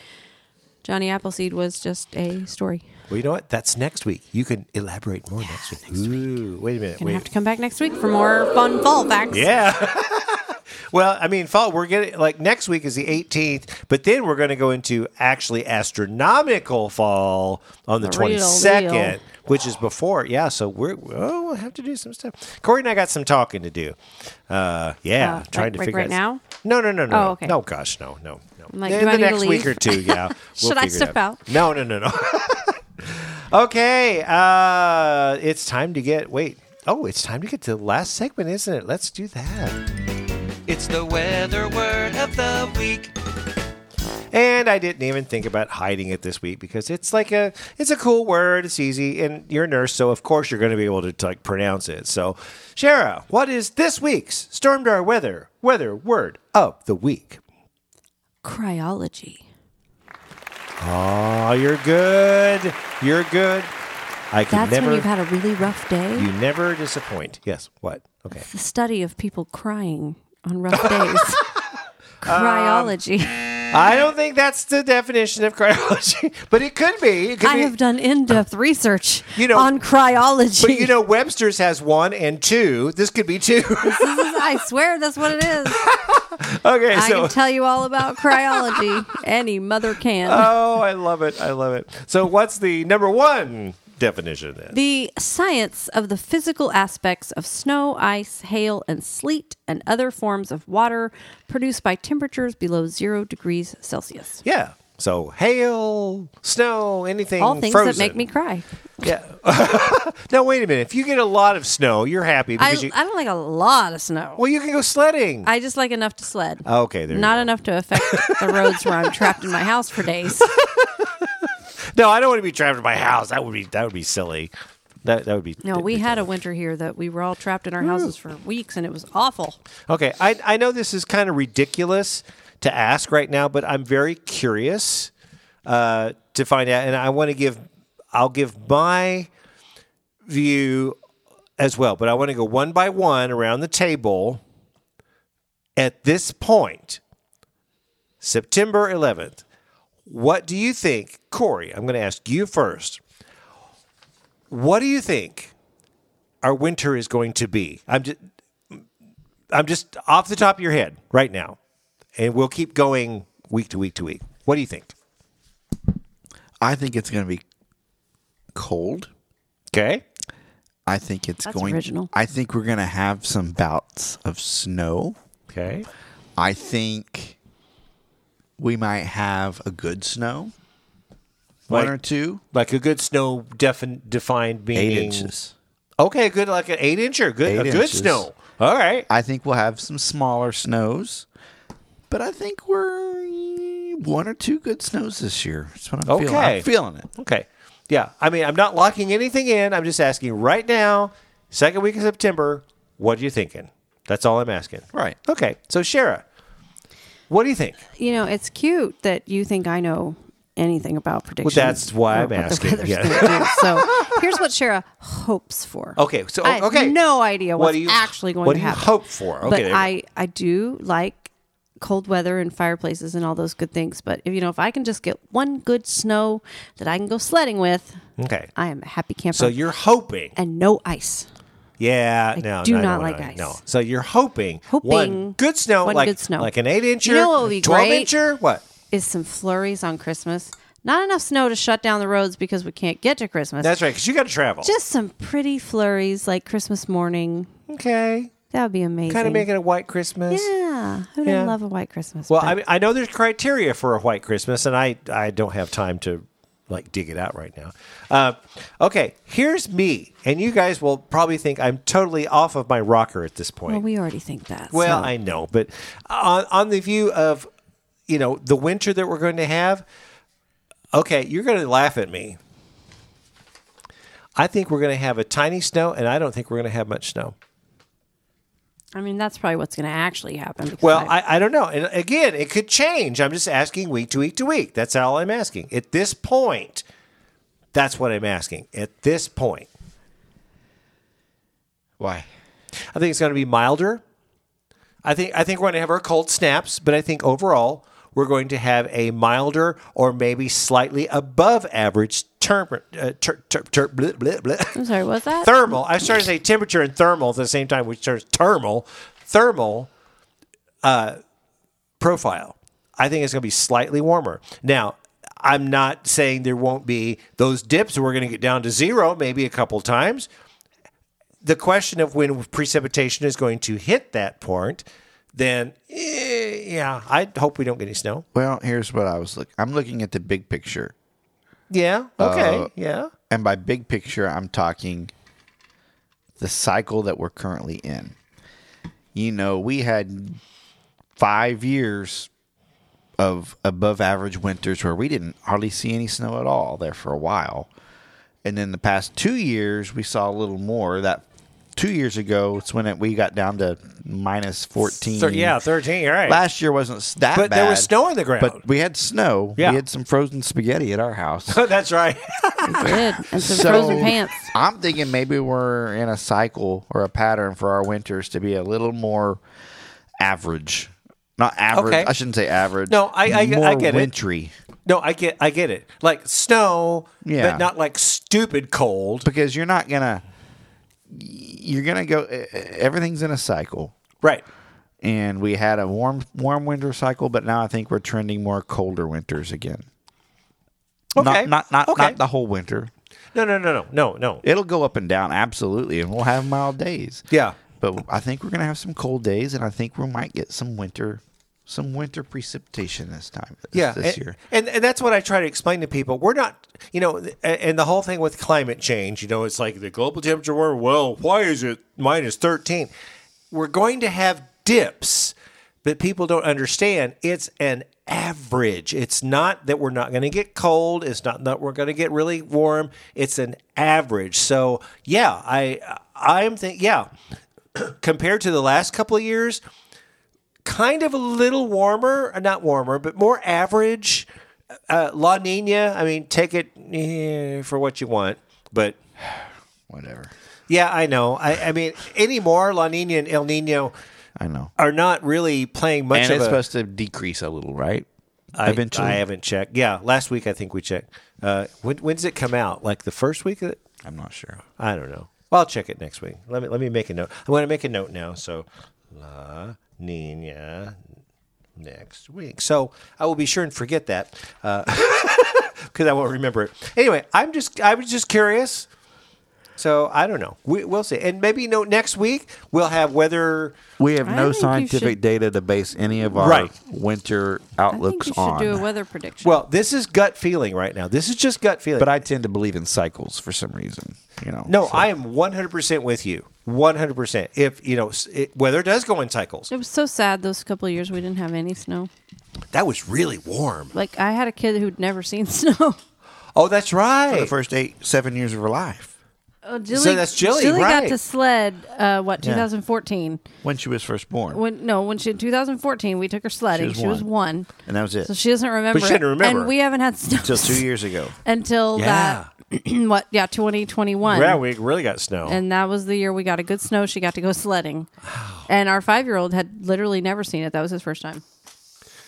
Speaker 3: Johnny Appleseed was just a story.
Speaker 9: well, you know what? That's next week. You can elaborate more next week. Ooh, wait a minute.
Speaker 3: Gonna
Speaker 9: Wait.
Speaker 3: have to come back next week for more fun fall facts.
Speaker 9: Yeah. (laughs) well, I mean, fall, we're getting like next week is the 18th, but then we're going to go into actually astronomical fall on the,
Speaker 3: The real
Speaker 9: 22nd,
Speaker 3: deal.
Speaker 9: which is before. Yeah. So we're, oh, we'll have to do some stuff. Corey and I got some talking to do. Uh, yeah.
Speaker 3: Uh,
Speaker 9: trying
Speaker 3: like-
Speaker 9: to
Speaker 3: like
Speaker 9: figure
Speaker 3: right now?
Speaker 9: out- No, no, no, no.
Speaker 3: Oh, okay.
Speaker 9: No, gosh, no, no, no.
Speaker 3: I'm like,
Speaker 9: In
Speaker 3: do I
Speaker 9: the
Speaker 3: need to
Speaker 9: next week or
Speaker 3: leave?
Speaker 9: two,
Speaker 3: (laughs)
Speaker 9: yeah.
Speaker 3: Should I
Speaker 9: figure it
Speaker 3: step out?
Speaker 9: No, no, (laughs) no, no. Okay, uh, it's time to get. Wait, oh, it's time to get to the last segment, isn't it? Let's do that.
Speaker 10: It's the weather word of the week.
Speaker 9: And I didn't even think about hiding it this week because it's like a, it's a cool word. It's easy, and you're a nurse, so of course you're going to be able to like pronounce it. So, Shara, what is this week's storm door weather weather word of the week?
Speaker 3: Cryology.
Speaker 9: Oh, you're good. You're good. I can
Speaker 3: That's
Speaker 9: never.
Speaker 3: when you've had a really rough day.
Speaker 9: you never disappoint. Yes. What? Okay.
Speaker 3: the study of people crying on rough
Speaker 9: (laughs)
Speaker 3: days. (laughs)
Speaker 9: Um,
Speaker 3: Cryology.
Speaker 9: I don't think that's the definition of cryology, (laughs) but it could be. It could
Speaker 3: I
Speaker 9: be.
Speaker 3: have done in-depth research
Speaker 9: You know-
Speaker 3: on cryology.
Speaker 9: but you know, Webster's has one and two. This could be
Speaker 3: (laughs)
Speaker 9: two. (laughs)
Speaker 3: This is- I swear that's what it is.
Speaker 9: okay,
Speaker 3: I
Speaker 9: so
Speaker 3: can tell you all about cryology. Any mother can.
Speaker 9: oh, I love it. I love it. So, what's the number one definition then?
Speaker 3: the science of the physical aspects of snow, ice, hail, and sleet, and other forms of water produced by temperatures below zero degrees Celsius.
Speaker 9: yeah. So, hail, snow, anything
Speaker 3: All things
Speaker 9: frozen.
Speaker 3: that make me cry.
Speaker 9: Now, wait a minute. If you get a lot of snow, you're happy
Speaker 3: I,
Speaker 9: because you.
Speaker 3: I don't like a lot of snow.
Speaker 9: well, you can go sledding.
Speaker 3: I just like enough to sled.
Speaker 9: Okay, there you
Speaker 3: Not
Speaker 9: go.
Speaker 3: enough to affect the roads where I'm trapped in my house for
Speaker 9: (laughs)
Speaker 3: days.
Speaker 9: no, I don't want to be trapped in my house. That would be that would be silly. That that would be
Speaker 3: No, we had a winter here that we were all trapped in our houses for weeks and it was awful.
Speaker 9: Okay, I, I know this is kind of ridiculous to ask right now, but I'm very curious uh, to find out, and I want to give I'll give my view as well, but I want to go one by one around the table. At this point, September 11th, what do you think, Corey? I'm going to ask you first. What do you think our winter is going to be? I'm just I'm just off the top of your head right now, and we'll keep going week to week to week. What do you think?
Speaker 2: I think it's going to be cold.
Speaker 9: Okay.
Speaker 2: I think it's
Speaker 3: That's
Speaker 2: going.
Speaker 3: original.
Speaker 2: I think we're going to have some bouts of snow.
Speaker 9: Okay.
Speaker 2: I think we might have a good snow,
Speaker 9: Like-
Speaker 2: one or two,
Speaker 9: Like a good snow defin- defined meaning.
Speaker 2: eight inches.
Speaker 9: Okay, good like an eight incher. Good
Speaker 2: Eight
Speaker 9: a good
Speaker 2: inches.
Speaker 9: snow. All right.
Speaker 2: I think we'll have some smaller snows, but I think we're one or two good snows this year. That's what I'm feeling.
Speaker 9: Okay.
Speaker 2: I'm feeling it.
Speaker 9: Okay. Yeah. I mean, I'm not locking anything in. I'm just asking right now, second week of September, what are you thinking? That's all I'm asking.
Speaker 2: Right.
Speaker 9: Okay. So, Shara, what do you think?
Speaker 3: You know, it's cute that you think I know anything about predictions.
Speaker 9: that's
Speaker 3: or
Speaker 9: why I'm
Speaker 3: what the
Speaker 9: asking,
Speaker 3: weather's
Speaker 9: yeah.
Speaker 3: gonna do.
Speaker 9: (laughs)
Speaker 3: So here's what Shara hopes for.
Speaker 9: Okay. So,
Speaker 3: I have
Speaker 9: okay.
Speaker 3: no idea
Speaker 9: What
Speaker 3: what's
Speaker 9: do you-
Speaker 3: actually going
Speaker 9: what
Speaker 3: to
Speaker 9: do you
Speaker 3: happen.
Speaker 9: hope for? Okay,
Speaker 3: But
Speaker 9: there we go.
Speaker 3: I, I do like cold weather and fireplaces and all those good things. But if you know, if I can just get one good snow that I can go sledding with,
Speaker 9: Okay.
Speaker 3: I am a happy camper.
Speaker 9: So, you're hoping.
Speaker 3: and no ice.
Speaker 9: Yeah. no,
Speaker 3: do
Speaker 9: no, I
Speaker 3: not
Speaker 9: don't
Speaker 3: like
Speaker 9: wanna-
Speaker 3: ice.
Speaker 9: No. So, you're hoping. One
Speaker 3: Hoping
Speaker 9: good snow.
Speaker 3: one
Speaker 9: like,
Speaker 3: good snow.
Speaker 9: Like an eight incher.
Speaker 3: You know what would be
Speaker 9: 12
Speaker 3: great?
Speaker 9: incher. What?
Speaker 3: Is some flurries on Christmas. Not enough snow to shut down the roads because we can't get to Christmas.
Speaker 9: That's right. Because you got to travel.
Speaker 3: just some pretty flurries like Christmas morning.
Speaker 9: okay.
Speaker 3: That would be amazing.
Speaker 9: Kind of making a white Christmas.
Speaker 3: yeah. Who
Speaker 9: Yeah.
Speaker 3: doesn't love a white Christmas?
Speaker 9: Well,
Speaker 3: But
Speaker 9: I mean, I know there's criteria for a white Christmas, and I I don't have time to like dig it out right now. Uh, okay, here's me, and you guys will probably think I'm totally off of my rocker at this point.
Speaker 3: well, we already think that.
Speaker 9: Well,
Speaker 3: so.
Speaker 9: I know, but on, on the view of you know the winter that we're going to have, okay, you're going to laugh at me. I think we're going to have a tiny snow, and I don't think we're going to have much snow.
Speaker 3: I mean, that's probably what's going to actually happen. because
Speaker 9: Well, I, I don't know. And again, it could change. I'm just asking week to week to week. That's all I'm asking. At this point, that's what I'm asking. At this point,
Speaker 7: Why?
Speaker 9: I think it's going to be milder. I think I think we're going to have our cold snaps, but I think overall we're going to have a milder or maybe slightly above average term, uh, ter, ter, ter, bleh, bleh, bleh.
Speaker 3: I'm sorry, what's that?
Speaker 9: thermal. I started to say temperature and thermal at the same time, which turns thermal, thermal uh, profile. I think it's going to be slightly warmer. Now, I'm not saying there won't be those dips. We're going to get down to zero, maybe a couple times. The question of when precipitation is going to hit that point, then eh, yeah, I hope we don't get any snow.
Speaker 2: Well, here's what I was looking. I'm looking at the big picture,
Speaker 9: Yeah. Okay.
Speaker 2: Uh,
Speaker 9: yeah.
Speaker 2: and by big picture, I'm talking the cycle that we're currently in. You know, we had five years of above average winters where we didn't hardly see any snow at all there for a while. And then the past two years, we saw a little more. That two years ago, it's when it, we got down to minus 14.
Speaker 9: Thir- yeah, 13. All right.
Speaker 2: Last year wasn't s- that
Speaker 9: But
Speaker 2: bad.
Speaker 9: there was snow on the ground. (laughs)
Speaker 2: But we had snow.
Speaker 9: Yeah.
Speaker 2: We had some frozen spaghetti at our
Speaker 9: (laughs)
Speaker 2: house.
Speaker 9: That's right.
Speaker 3: We did. And some
Speaker 2: So-
Speaker 3: frozen pants.
Speaker 2: I'm thinking maybe we're in a cycle or a pattern for our winters to be a little more average. Not average.
Speaker 9: Okay.
Speaker 2: I shouldn't say average.
Speaker 9: No, I- I- I
Speaker 2: more
Speaker 9: get it.
Speaker 2: wintry.
Speaker 9: No, I get I get it. Like snow,
Speaker 2: Yeah.
Speaker 9: but not like stupid cold.
Speaker 2: Because you're not going to, you're going to go, e- e- everything's in a cycle.
Speaker 9: Right.
Speaker 2: And we had a warm, warm winter cycle, but now I think we're trending more colder winters again.
Speaker 9: Okay.
Speaker 2: Not, not, not,
Speaker 9: Okay.
Speaker 2: not the whole winter.
Speaker 9: No, no, no, no, no, no.
Speaker 2: It'll go up and down, absolutely, and we'll have mild days.
Speaker 9: Yeah.
Speaker 2: But I think we're gonna have some cold days, and I think we might get some winter, some winter precipitation this time. This,
Speaker 9: yeah,
Speaker 2: this
Speaker 9: and,
Speaker 2: year.
Speaker 9: And, and that's what I try to explain to people. We're not, you know, and, and the whole thing with climate change, you know, it's like the global temperature warming. Well, why is it minus 13? We're going to have dips, but people don't understand it's an average. It's not that we're not going to get cold. It's not that we're going to get really warm. It's an average. So, yeah, I, I'm think, yeah, (clears throat) compared to the last couple of years, kind of a little warmer, uh, not warmer, but more average. Uh, La Nina, I mean, take it eh, for what you want, but
Speaker 2: Whatever.
Speaker 9: yeah, I know. I, I mean, anymore, La Nina and El Nino
Speaker 2: I know.
Speaker 9: are not really playing much
Speaker 2: And
Speaker 9: of
Speaker 2: it's
Speaker 9: a.
Speaker 2: supposed to decrease a little, right?
Speaker 9: I,
Speaker 2: eventually.
Speaker 9: I haven't checked. Yeah, last week I think we checked. Uh, when, when does it come out? Like the first week? Of it?
Speaker 2: I'm not sure.
Speaker 9: I don't know. Well, I'll check it next week. Let me let me make a note. I want to make a note now. So La Nina next week. So I will be sure and forget that (laughs) because I won't remember it. Anyway, I'm just I was just curious. So I don't know. We, we'll see, and maybe you know next week we'll have weather.
Speaker 2: We have
Speaker 3: I
Speaker 2: no
Speaker 3: think you
Speaker 2: scientific
Speaker 3: should-
Speaker 2: data to base any of our
Speaker 9: Right.
Speaker 2: winter
Speaker 3: I think
Speaker 2: outlooks
Speaker 3: you should
Speaker 2: on.
Speaker 3: do a weather prediction.
Speaker 9: Well, this is gut feeling right now. This is just gut feeling.
Speaker 2: but I tend to believe in cycles for some reason. You know,
Speaker 9: no,
Speaker 2: so-
Speaker 9: I am 100% with you. 100%. If you know s- it, weather does go in cycles.
Speaker 3: it was so sad those couple of years we didn't have any snow.
Speaker 9: That was really warm.
Speaker 3: Like I had a kid who'd never seen (laughs) snow.
Speaker 9: Oh, that's
Speaker 2: for the
Speaker 9: right.
Speaker 2: first eight seven years of her life
Speaker 3: Oh, Jilly,
Speaker 9: that's Jilly,
Speaker 3: got
Speaker 9: right.
Speaker 3: to sled. Uh, what 2014?
Speaker 2: when she was first born,
Speaker 3: When no, when she in 2014 we took her sledding. She
Speaker 2: was
Speaker 3: was,
Speaker 2: one.
Speaker 3: one.
Speaker 2: and that was it
Speaker 3: so she doesn't remember.
Speaker 9: she didn't
Speaker 3: it.
Speaker 9: remember.
Speaker 3: And we haven't had snow
Speaker 2: until
Speaker 3: (laughs)
Speaker 2: two years ago.
Speaker 3: until
Speaker 9: Yeah.
Speaker 3: that. (clears throat) what? Yeah, 2021.
Speaker 9: Yeah, we really got snow.
Speaker 3: and that was the year we got a good snow. She got to go sledding, and our five-year-old had literally never seen it. That was his first time.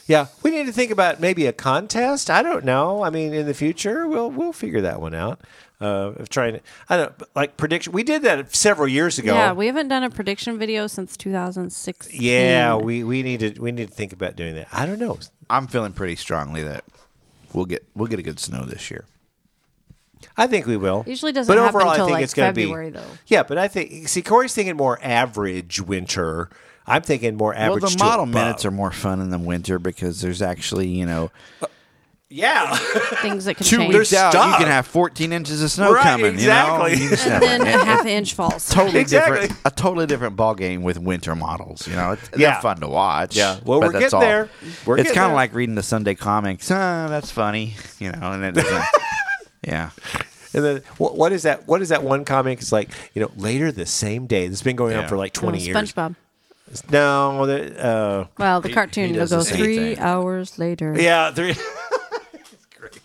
Speaker 9: yeah, we need to think about maybe a contest. I don't know. I mean, in the future, we'll we'll figure that one out. Uh, of trying to, I don't like prediction. We did that several years ago.
Speaker 3: Yeah, we haven't done a prediction video since 2016.
Speaker 9: Yeah,
Speaker 3: Hmm.
Speaker 9: we, we need to we need to think about doing that. I don't know.
Speaker 2: I'm feeling pretty strongly that we'll get we'll get a good snow this year.
Speaker 9: I think we will.
Speaker 3: Usually doesn't happen until, like,
Speaker 9: gonna
Speaker 3: February, though.
Speaker 9: Yeah, but I think see Corey's thinking more average winter. I'm thinking more average.
Speaker 2: well,
Speaker 9: to
Speaker 2: the model
Speaker 9: above.
Speaker 2: minutes are more fun in the winter because there's actually you know
Speaker 9: yeah. (laughs)
Speaker 3: things that can
Speaker 2: two
Speaker 3: change.
Speaker 2: weeks out
Speaker 9: stuff.
Speaker 2: you can have 14 inches of snow
Speaker 9: Right,
Speaker 2: coming.
Speaker 9: exactly.
Speaker 2: You know? You just
Speaker 3: and
Speaker 2: have
Speaker 3: then
Speaker 2: it.
Speaker 3: a half inch falls.
Speaker 2: (laughs) totally
Speaker 9: Exactly.
Speaker 2: different, a totally different ball game with winter models. You know, it's,
Speaker 9: Yeah.
Speaker 2: they're fun to watch.
Speaker 9: Yeah. Well,
Speaker 2: but
Speaker 9: we're
Speaker 2: that's
Speaker 9: getting
Speaker 2: all.
Speaker 9: there. We're
Speaker 2: it's
Speaker 9: getting
Speaker 2: kind
Speaker 9: there.
Speaker 2: of like reading the Sunday comics. Ah, that's funny. (laughs) You know, and it
Speaker 9: (laughs)
Speaker 2: doesn't. yeah.
Speaker 9: And then what, what is that? What is that one comic? It's like you know later the same day. It's been going on
Speaker 2: Yeah.
Speaker 9: for like
Speaker 3: Oh,
Speaker 9: 20 years.
Speaker 3: SpongeBob.
Speaker 9: No, the, uh,
Speaker 3: Well, the cartoon will
Speaker 2: does
Speaker 3: go
Speaker 2: the same
Speaker 3: three
Speaker 2: thing.
Speaker 3: hours later.
Speaker 9: yeah, three. (laughs) It's great.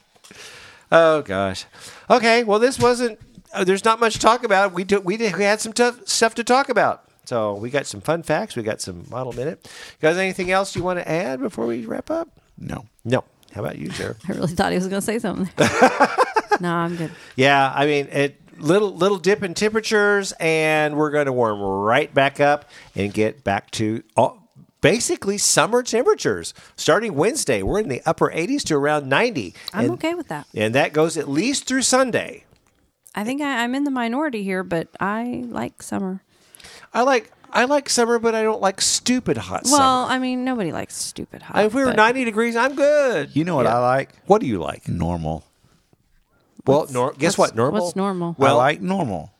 Speaker 9: Oh gosh. Okay. Well, this wasn't. Uh, there's not much to talk about. We do, we did, we had some tough stuff to talk about. So we got some fun facts. We got some model minute. You guys, anything else you want to add before we wrap up?
Speaker 2: No.
Speaker 9: No. How about you, Sarah?
Speaker 3: I really thought he was going to say something.
Speaker 9: (laughs)
Speaker 3: no, I'm good.
Speaker 9: Yeah, I mean, it little little dip in temperatures, and we're going to warm right back up and get back to all, basically summer temperatures. Starting Wednesday, we're in the upper 80s to around 90.
Speaker 3: I'm
Speaker 9: and,
Speaker 3: okay with that.
Speaker 9: And that goes at least through Sunday.
Speaker 3: I think I, I'm in the minority here, but I like summer.
Speaker 9: I like I like summer, but I don't like stupid hot
Speaker 3: Well,
Speaker 9: summer.
Speaker 3: I mean, nobody likes stupid hot.
Speaker 9: if we were
Speaker 3: but
Speaker 9: 90 degrees, I'm good.
Speaker 2: You know what I like?
Speaker 9: What do you like?
Speaker 2: Normal.
Speaker 9: Well, nor- guess
Speaker 3: what's-
Speaker 9: what? Normal.
Speaker 3: what's normal?
Speaker 9: Well,
Speaker 2: I like normal.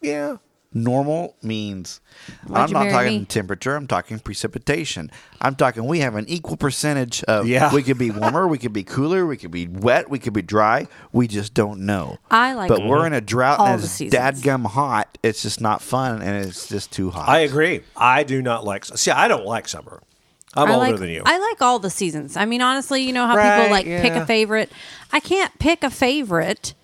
Speaker 9: yeah.
Speaker 2: Normal means
Speaker 3: Why'd
Speaker 2: I'm
Speaker 3: you
Speaker 2: not
Speaker 3: marry
Speaker 2: talking
Speaker 3: me?
Speaker 2: temperature. I'm talking precipitation. I'm talking we have an equal percentage of.
Speaker 9: Yeah.
Speaker 2: We could be warmer. we could be cooler. We could be wet. We could be dry. We just don't know.
Speaker 3: I like
Speaker 2: But we're in a drought
Speaker 3: all
Speaker 2: and
Speaker 3: the
Speaker 2: it's
Speaker 3: seasons.
Speaker 2: dadgum hot. It's just not fun and it's just too hot.
Speaker 9: I agree. I do not like. See, I don't like summer. I'm
Speaker 3: I
Speaker 9: older
Speaker 3: like,
Speaker 9: than you.
Speaker 3: I like all the seasons. I mean, honestly, you know how
Speaker 9: Right,
Speaker 3: people like pick
Speaker 9: yeah.
Speaker 3: a favorite. I can't pick a favorite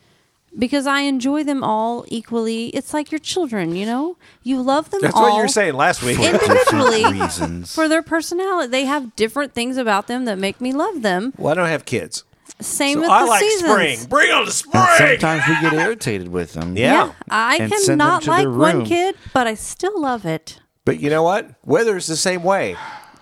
Speaker 3: because I enjoy them all equally. It's like your children, you know? You love them
Speaker 9: That's
Speaker 3: all.
Speaker 9: what you were saying last (laughs) week.
Speaker 3: Individually,
Speaker 2: Different reasons.
Speaker 3: for their personality, they have different things about them that make me love them.
Speaker 9: Well, I don't have kids.
Speaker 3: Same
Speaker 9: So
Speaker 3: with
Speaker 9: I
Speaker 3: the
Speaker 9: like
Speaker 3: seasons.
Speaker 9: spring. Bring on the spring.
Speaker 2: And sometimes we get irritated with them.
Speaker 9: Yeah.
Speaker 3: Yeah, I
Speaker 2: And
Speaker 3: can
Speaker 2: send them
Speaker 3: not
Speaker 2: to their
Speaker 3: like one
Speaker 2: room.
Speaker 3: kid, but I still love it.
Speaker 9: But you know what? Weather is the same way.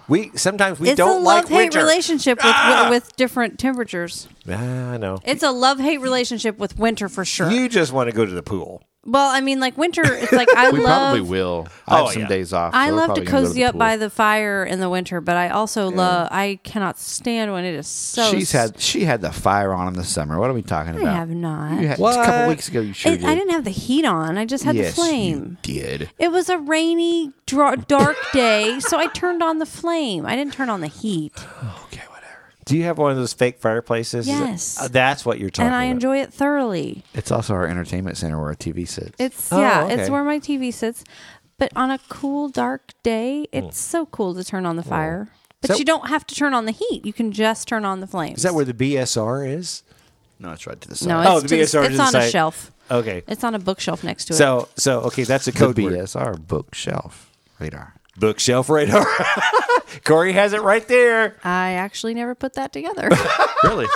Speaker 9: We sometimes we
Speaker 3: it's
Speaker 9: don't
Speaker 3: a love
Speaker 9: like
Speaker 3: hate
Speaker 9: winter.
Speaker 3: relationship with,
Speaker 2: Ah!
Speaker 3: with different temperatures.
Speaker 9: Ah, I know.
Speaker 3: It's a love hate relationship with winter for sure.
Speaker 9: You just want to go to the pool.
Speaker 3: well, I mean, like winter,
Speaker 2: (laughs)
Speaker 3: it's like I
Speaker 2: We
Speaker 3: love.
Speaker 2: probably will. I have
Speaker 9: Oh,
Speaker 2: some
Speaker 9: yeah.
Speaker 2: days off.
Speaker 3: I
Speaker 2: so we're
Speaker 3: love to
Speaker 2: probably gonna go
Speaker 3: cozy
Speaker 2: the
Speaker 3: up
Speaker 2: pool.
Speaker 3: by the fire in the winter, but I also love. I cannot stand when it is so.
Speaker 2: She's had she had the fire on in the summer. What are we talking
Speaker 3: I
Speaker 2: about?
Speaker 3: have not.
Speaker 2: You had, just a couple
Speaker 9: What?
Speaker 2: weeks ago. You sure
Speaker 3: It-
Speaker 2: did.
Speaker 3: I didn't have the heat on. I just had
Speaker 2: yes,
Speaker 3: the flame.
Speaker 2: You did.
Speaker 3: It was a rainy, dra- dark
Speaker 2: (laughs)
Speaker 3: day, so I turned on the flame. I didn't turn on the heat,
Speaker 2: Okay, whatever.
Speaker 9: Do you have one of those fake fireplaces? Is it-
Speaker 3: Yes.
Speaker 9: Uh, that's what you're talking
Speaker 3: and I
Speaker 9: about.
Speaker 3: enjoy it thoroughly.
Speaker 2: It's also our entertainment center where our TV sits.
Speaker 3: It's
Speaker 9: Oh,
Speaker 3: yeah,
Speaker 9: okay.
Speaker 3: it's where my TV sits. But on a cool, dark day,
Speaker 9: Hmm.
Speaker 3: it's so cool to turn on
Speaker 9: Oh.
Speaker 3: the fire. But
Speaker 9: that-
Speaker 3: you don't have to turn on the heat. You can just turn on the flames.
Speaker 9: Is that where the BSR is?
Speaker 2: no, it's right to the side.
Speaker 3: No, it's,
Speaker 9: Oh, the
Speaker 3: to the-
Speaker 9: BSR is
Speaker 3: it's on
Speaker 9: inside.
Speaker 3: a shelf.
Speaker 9: Okay.
Speaker 3: It's on a bookshelf next to it.
Speaker 9: So so okay, that's a
Speaker 2: the
Speaker 9: code word.
Speaker 2: BSR bookshelf radar.
Speaker 9: Bookshelf radar. (laughs) Corey has it right there.
Speaker 3: I actually never put that
Speaker 9: (laughs)
Speaker 3: together.
Speaker 2: Really?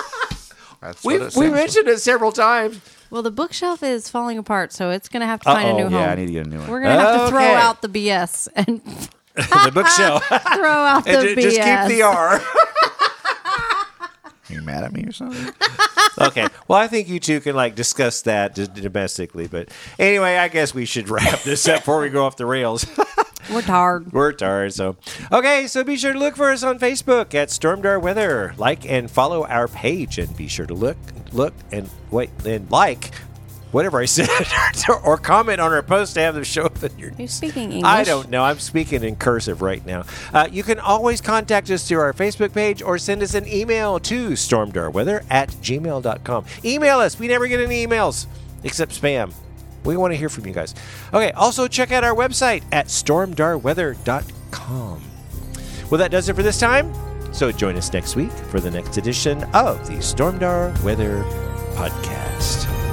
Speaker 2: That's
Speaker 9: We
Speaker 2: what it
Speaker 9: we
Speaker 2: sounds like.
Speaker 9: mentioned it several
Speaker 3: (laughs)
Speaker 9: times.
Speaker 3: well, the bookshelf is falling apart, so it's going to have to find a
Speaker 9: Uh-oh.
Speaker 3: new home.
Speaker 2: Yeah, I need to get a new one.
Speaker 3: We're going to have to throw
Speaker 9: Okay.
Speaker 3: out the BS and (laughs)
Speaker 9: the bookshelf.
Speaker 3: Throw out the
Speaker 9: Ju-
Speaker 3: BS.
Speaker 9: (laughs) just keep the R.
Speaker 2: You mad at me or something?
Speaker 9: okay. Well, I think you two can like discuss that just domestically. But anyway, I guess we should (laughs) wrap this up before we go off the rails. (laughs)
Speaker 3: We're tired.
Speaker 9: We're tired, so okay. So be sure to look for us on Facebook at Stormdar Weather. Like and follow our page, and be sure to look, look, and wait, and like whatever I (laughs) said, or comment on our post to have them show up in your.
Speaker 3: You're speaking English.
Speaker 9: I don't know. I'm speaking in cursive right now. Uh, you can always contact us through our Facebook page or send us an email to stormdarweather at gmail.com. Email us. We never get any emails except spam. We want to hear from you guys. Okay, also check out our website at stormdarweather.com. Well, that does it for this time. So join us next week for the next edition of the Stormdar Weather Podcast.